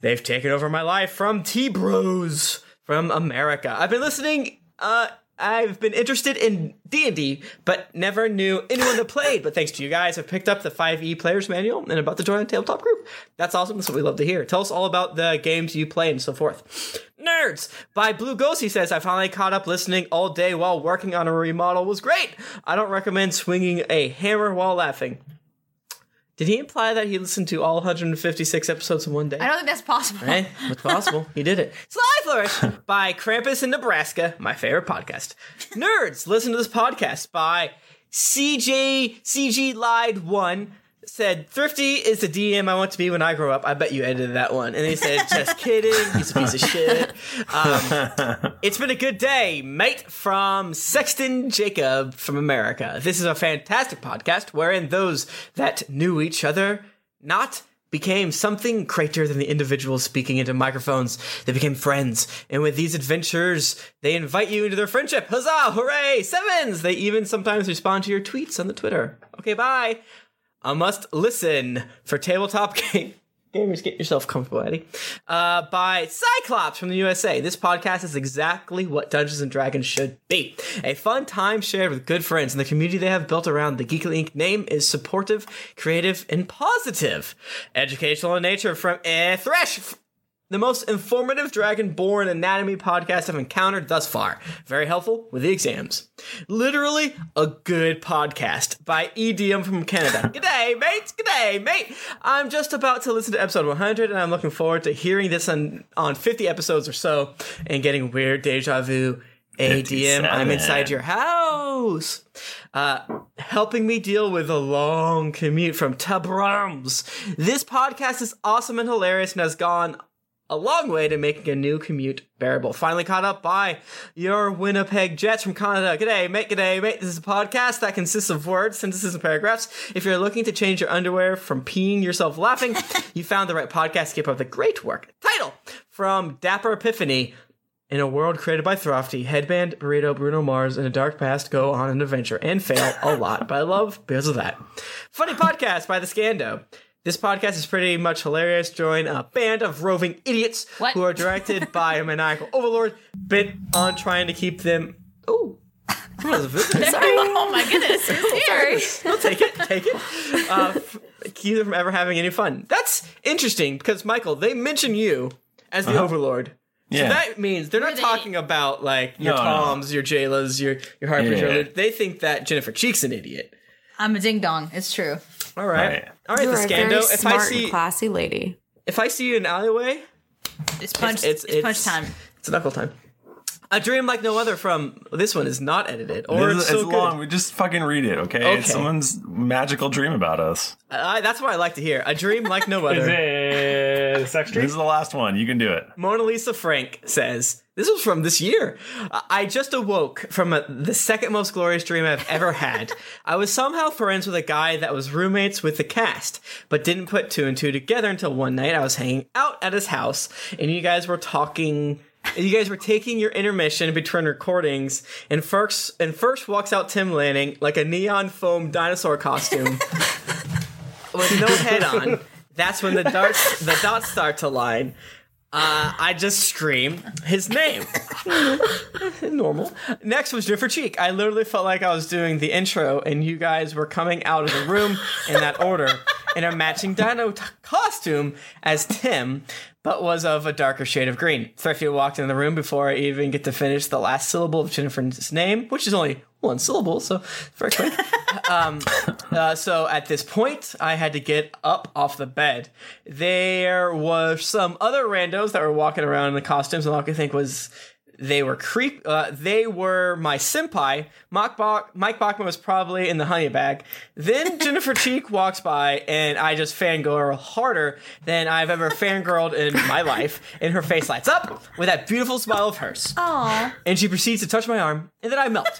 Speaker 5: They've taken over my life from T Bros from America. I've been listening. Uh, I've been interested in D and D, but never knew anyone that played. But thanks to you guys, I've picked up the Five E Players Manual and about to join a tabletop group. That's awesome. That's what we love to hear. Tell us all about the games you play and so forth. Nerds by Blue Ghost. He says I finally caught up listening all day while working on a remodel. Was great. I don't recommend swinging a hammer while laughing. Did he imply that he listened to all 156 episodes in one day?
Speaker 2: I don't think that's possible.
Speaker 5: Hey, it's possible. He did it. Sly Flourish by Krampus in Nebraska, my favorite podcast. Nerds, listen to this podcast by CJ CG Lied One. said, Thrifty is the DM I want to be when I grow up. I bet you edited that one. And they said, Just kidding. He's a piece of shit. Um, it's been a good day, mate, from Sexton Jacob from America. This is a fantastic podcast wherein those that knew each other not became something greater than the individuals speaking into microphones. They became friends. And with these adventures, they invite you into their friendship. Huzzah! Hooray! Sevens! They even sometimes respond to your tweets on the Twitter. Okay, bye. I must listen for tabletop game. Gamers, get yourself comfortable, Eddie. Uh, by Cyclops from the USA. This podcast is exactly what Dungeons and Dragons should be. A fun time shared with good friends, and the community they have built around the Geekly Inc. name is supportive, creative, and positive. Educational in nature from eh, Thresh. f- The most informative Dragonborn anatomy podcast I've encountered thus far. Very helpful with the exams. Literally a good podcast by EDM from Canada. G'day, mate. G'day, mate. I'm just about to listen to episode 100, and I'm looking forward to hearing this on, on 50 episodes or so and getting weird deja vu. ADM, I'm
Speaker 10: 57.
Speaker 5: inside your house. Uh, helping me deal with a long commute from Tabrams. This podcast is awesome and hilarious and has gone a long way to making a new commute bearable. Finally caught up by your Winnipeg Jets from Canada. G'day, mate. G'day, mate. This is a podcast that consists of words, sentences, and paragraphs. If you're looking to change your underwear from peeing yourself laughing, you found the right podcast. Keep up the great work. Title from Dapper Epiphany. In a world created by Throfty, Headband, Burrito, Bruno Mars, and a dark past go on an adventure and fail a lot, but I love because of that. Funny podcast by the Scando. This podcast is pretty much hilarious. Join a band of roving idiots who are directed by a maniacal overlord bent on trying to keep them. Oh, that was a visitor.
Speaker 2: oh my goodness, it's
Speaker 5: here. We'll take it. Take it. Uh, f- keep them from ever having any fun. That's interesting because Michael, they mention you as the
Speaker 10: Uh-huh.
Speaker 5: overlord. So
Speaker 10: Yeah.
Speaker 5: that means they're not talking about like your
Speaker 10: No, no.
Speaker 5: Toms, your Jalas, your your Harper.
Speaker 10: Yeah.
Speaker 5: Your, they think that Jennifer Cheek's an idiot.
Speaker 2: I'm a ding dong. It's true.
Speaker 5: All right, all right,
Speaker 4: You're
Speaker 5: the
Speaker 4: a very
Speaker 5: scando. If I
Speaker 4: smart and
Speaker 5: see
Speaker 4: classy lady.
Speaker 5: if I see you in an alleyway,
Speaker 2: it's punch.
Speaker 5: It's, punch time. It's knuckle time. A dream like no other from this one is not edited, or
Speaker 1: This
Speaker 5: it's
Speaker 1: is-
Speaker 5: so
Speaker 1: it's
Speaker 5: good.
Speaker 1: long. We just fucking read it, okay? It's
Speaker 5: Okay.
Speaker 1: someone's magical dream about us.
Speaker 5: Uh, that's what I like to hear. A dream like no other.
Speaker 1: Is it
Speaker 5: the sex
Speaker 1: This is the last one. You can do it.
Speaker 5: Mona Lisa Frank says, This was from this year. "I- I just awoke from a, the second most glorious dream I've ever had. I was somehow friends with a guy that was roommates with the cast, but didn't put two and two together until one night I was hanging out at his house and you guys were talking. You guys were taking your intermission between recordings, and first and first walks out Tim Lanning like a neon foam dinosaur costume with no head on. That's when the darts the dots start to line. Uh, I just scream his name. Normal. Next was Jennifer Cheek. I literally felt like I was doing the intro, and you guys were coming out of the room in that order in a matching dino t- costume as Tim, but was of a darker shade of green. Thrifty walked in the room before I even get to finish the last syllable of Jennifer's name, which is only one syllable, so very quick. um, uh, so at this point, I had to get up off the bed. There were some other randos that were walking around in the costumes, and all I could think was they were creep. Uh, they were my senpai. Mike, Bach- Mike Bachman was probably in the honey bag. Then Jennifer Cheek walks by, and I just fangirl harder than I've ever fangirled in my life. And her face lights up with that beautiful smile of hers.
Speaker 11: Oh.
Speaker 2: Aww.
Speaker 5: And she proceeds to touch my arm, and then I melt.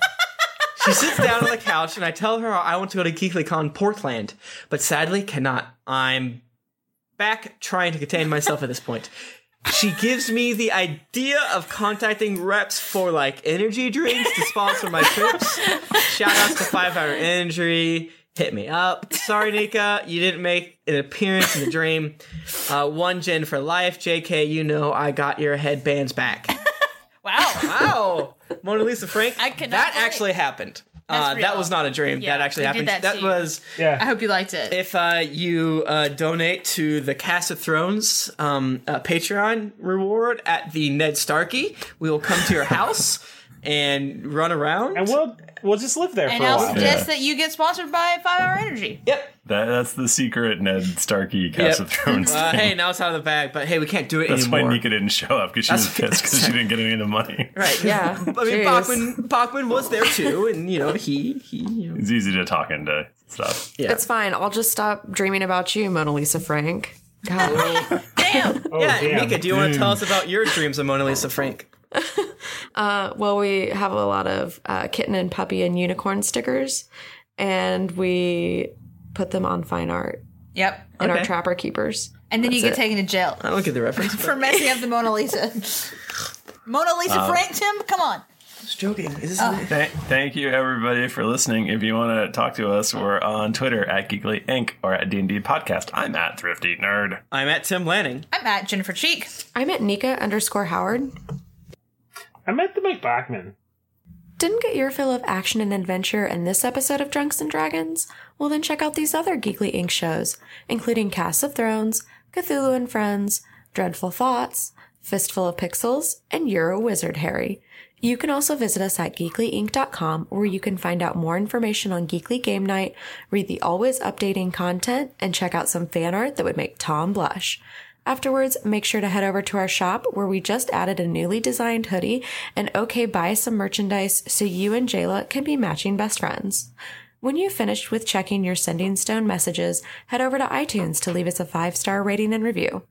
Speaker 5: she sits down on the couch, and I tell her I want to go to GeeklyCon Portland, but sadly cannot. I'm back trying to contain myself at this point. She gives me the idea of contacting reps for like energy drinks to sponsor my trips. Shout outs to Five Hour Energy. Hit me up. Sorry, Nika, you didn't make an appearance in the dream. Uh, one gen for life. JK, you know I got your headbands back. Wow. Wow. Mona Lisa Frank. I cannot that actually happened.
Speaker 2: That's
Speaker 5: Uh,
Speaker 2: real.
Speaker 5: that was not a dream.
Speaker 2: Yeah,
Speaker 5: that actually
Speaker 2: they
Speaker 5: happened.
Speaker 2: did that to you.
Speaker 5: was.
Speaker 2: I hope you liked it.
Speaker 5: If uh, you uh, donate to the Cast of Thrones um, uh, Patreon reward at the Ned Starkey, we will come to your house and run around, and
Speaker 3: we'll we'll just live there
Speaker 2: and I'll suggest that you get sponsored by Five Hour Energy.
Speaker 5: Yep.
Speaker 1: That, that's the secret Ned Starkey Cast of Thrones
Speaker 5: Uh,
Speaker 1: thing.
Speaker 5: hey, now it's out of the bag, but hey, we can't do it
Speaker 1: That's
Speaker 5: anymore.
Speaker 1: why Nika didn't show up because she was pissed because she didn't get any of the money.
Speaker 5: Right?
Speaker 4: Yeah.
Speaker 5: I mean, Bachman Bachman was there too, and you know he he. You know.
Speaker 1: It's easy to talk into. stuff.
Speaker 4: It's fine. I'll just stop dreaming about you, Mona Lisa Frank. God.
Speaker 3: Oh,
Speaker 5: yeah,
Speaker 4: damn.
Speaker 5: Mika, do you want
Speaker 4: Mm.
Speaker 5: to tell us about your dreams of Mona Lisa Frank?
Speaker 4: Uh, well, we have a lot of uh, kitten and puppy and unicorn stickers, and we put them on fine art
Speaker 2: Yep.
Speaker 4: in our trapper keepers.
Speaker 2: And then you get
Speaker 4: That's it.
Speaker 2: taken to jail
Speaker 5: I don't get the reference.
Speaker 2: for messing up the Mona Lisa. Mona Lisa
Speaker 1: Um,
Speaker 2: Frank, Tim, come on.
Speaker 5: Just joking. Is this
Speaker 1: Thank, thank you, everybody, for listening. If you want to talk to us, we're on Twitter at Geekly Inc. or at D&D Podcast. I'm at Thrifty Nerd.
Speaker 5: I'm at Tim Lanning.
Speaker 2: I'm at Jennifer Cheek.
Speaker 4: I'm at Nika underscore Howard.
Speaker 3: I'm at the Mike Bachman.
Speaker 4: Didn't get your fill of action and adventure in this episode of Drunks and Dragons? Well, then check out these other Geekly Inc. shows, including Cast of Thrones, Cthulhu and Friends, Dreadful Thoughts, Fistful of Pixels, and You're a Wizard, Harry. You can also visit us at geeklyinc.com where you can find out more information on Geekly Game Night, read the always updating content, and check out some fan art that would make Tom blush. Afterwards, make sure to head over to our shop where we just added a newly designed hoodie and okay, buy some merchandise so you and Jayla can be matching best friends. When you've finished with checking your sending stone messages, head over to iTunes to leave us a five star rating and review.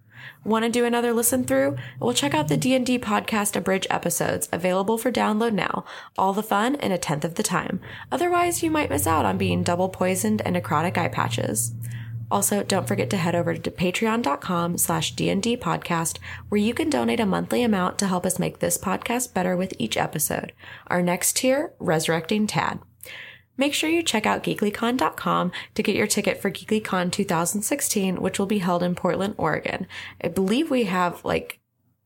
Speaker 4: Want to do another listen through? Well, check out the D&D podcast abridge episodes available for download now. All the fun in a tenth of the time. Otherwise, you might miss out on being double poisoned and necrotic eye patches. Also, don't forget to head over to patreon.com slash D&D podcast, where you can donate a monthly amount to help us make this podcast better with each episode. Our next tier, Resurrecting Tad. Make sure you check out geeklycon.com to get your ticket for GeeklyCon 2016, which will be held in Portland, Oregon. I believe we have like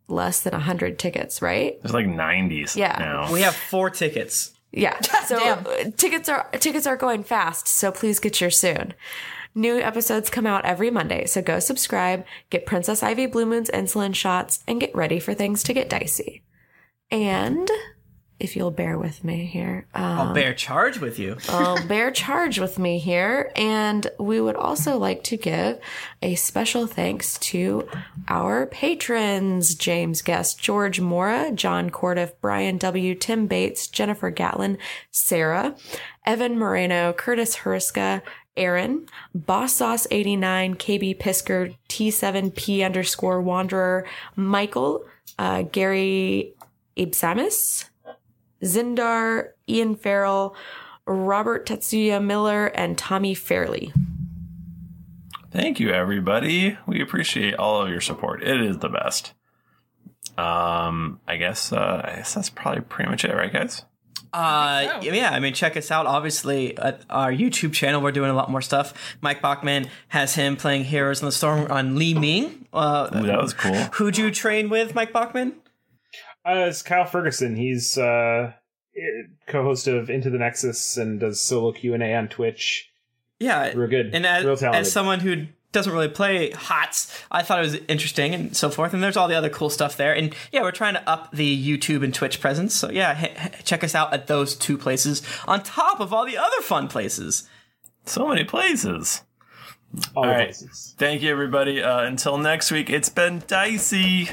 Speaker 4: less than 100 tickets, right?
Speaker 1: There's like 90s
Speaker 4: Yeah.
Speaker 1: now.
Speaker 5: We have four tickets.
Speaker 4: Yeah. So uh, tickets are tickets are going fast, so please get yours soon. New episodes come out every Monday, so go subscribe, get Princess Ivy Blue Moon's insulin shots, and get ready for things to get dicey. And if you'll bear with me here,
Speaker 5: I'll
Speaker 4: um,
Speaker 5: bear charge with you.
Speaker 4: I'll Um, bear charge with me here. And we would also like to give a special thanks to our patrons James Guest, George Mora, John Cordiff, Brian W., Tim Bates, Jennifer Gatlin, Sarah, Evan Moreno, Curtis Huriska, Aaron, Boss Sauce 89, KB Pisker, T7P underscore Wanderer, Michael, uh, Gary Ibsamis, Zindar, Ian Farrell, Robert Tetsuya Miller, and Tommy Fairley.
Speaker 1: Thank you, everybody. We appreciate all of your support. It is the best. Um, I guess uh, I guess that's probably pretty much it, right, guys?
Speaker 5: Uh, yeah, I mean, check us out. Obviously, at our YouTube channel, we're doing a lot more stuff. Mike Bachman has him playing Heroes in the Storm on Li Ming. Uh,
Speaker 1: Ooh, that was cool.
Speaker 5: Who'd you train with, Mike Bachman?
Speaker 3: Uh, it's Kyle Ferguson. He's uh, co-host of Into the Nexus and does solo Q and A on Twitch.
Speaker 5: Yeah,
Speaker 3: real good.
Speaker 5: And as,
Speaker 3: real talented.
Speaker 5: as someone who doesn't really play HOTS, I thought it was interesting and so forth. And there's all the other cool stuff there. And yeah, we're trying to up the YouTube and Twitch presence. So yeah, h- h- check us out at those two places on top of all the other fun places.
Speaker 1: So many places. all right. Thank you, everybody. Uh, until next week, it's been dicey.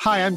Speaker 12: Hi, I'm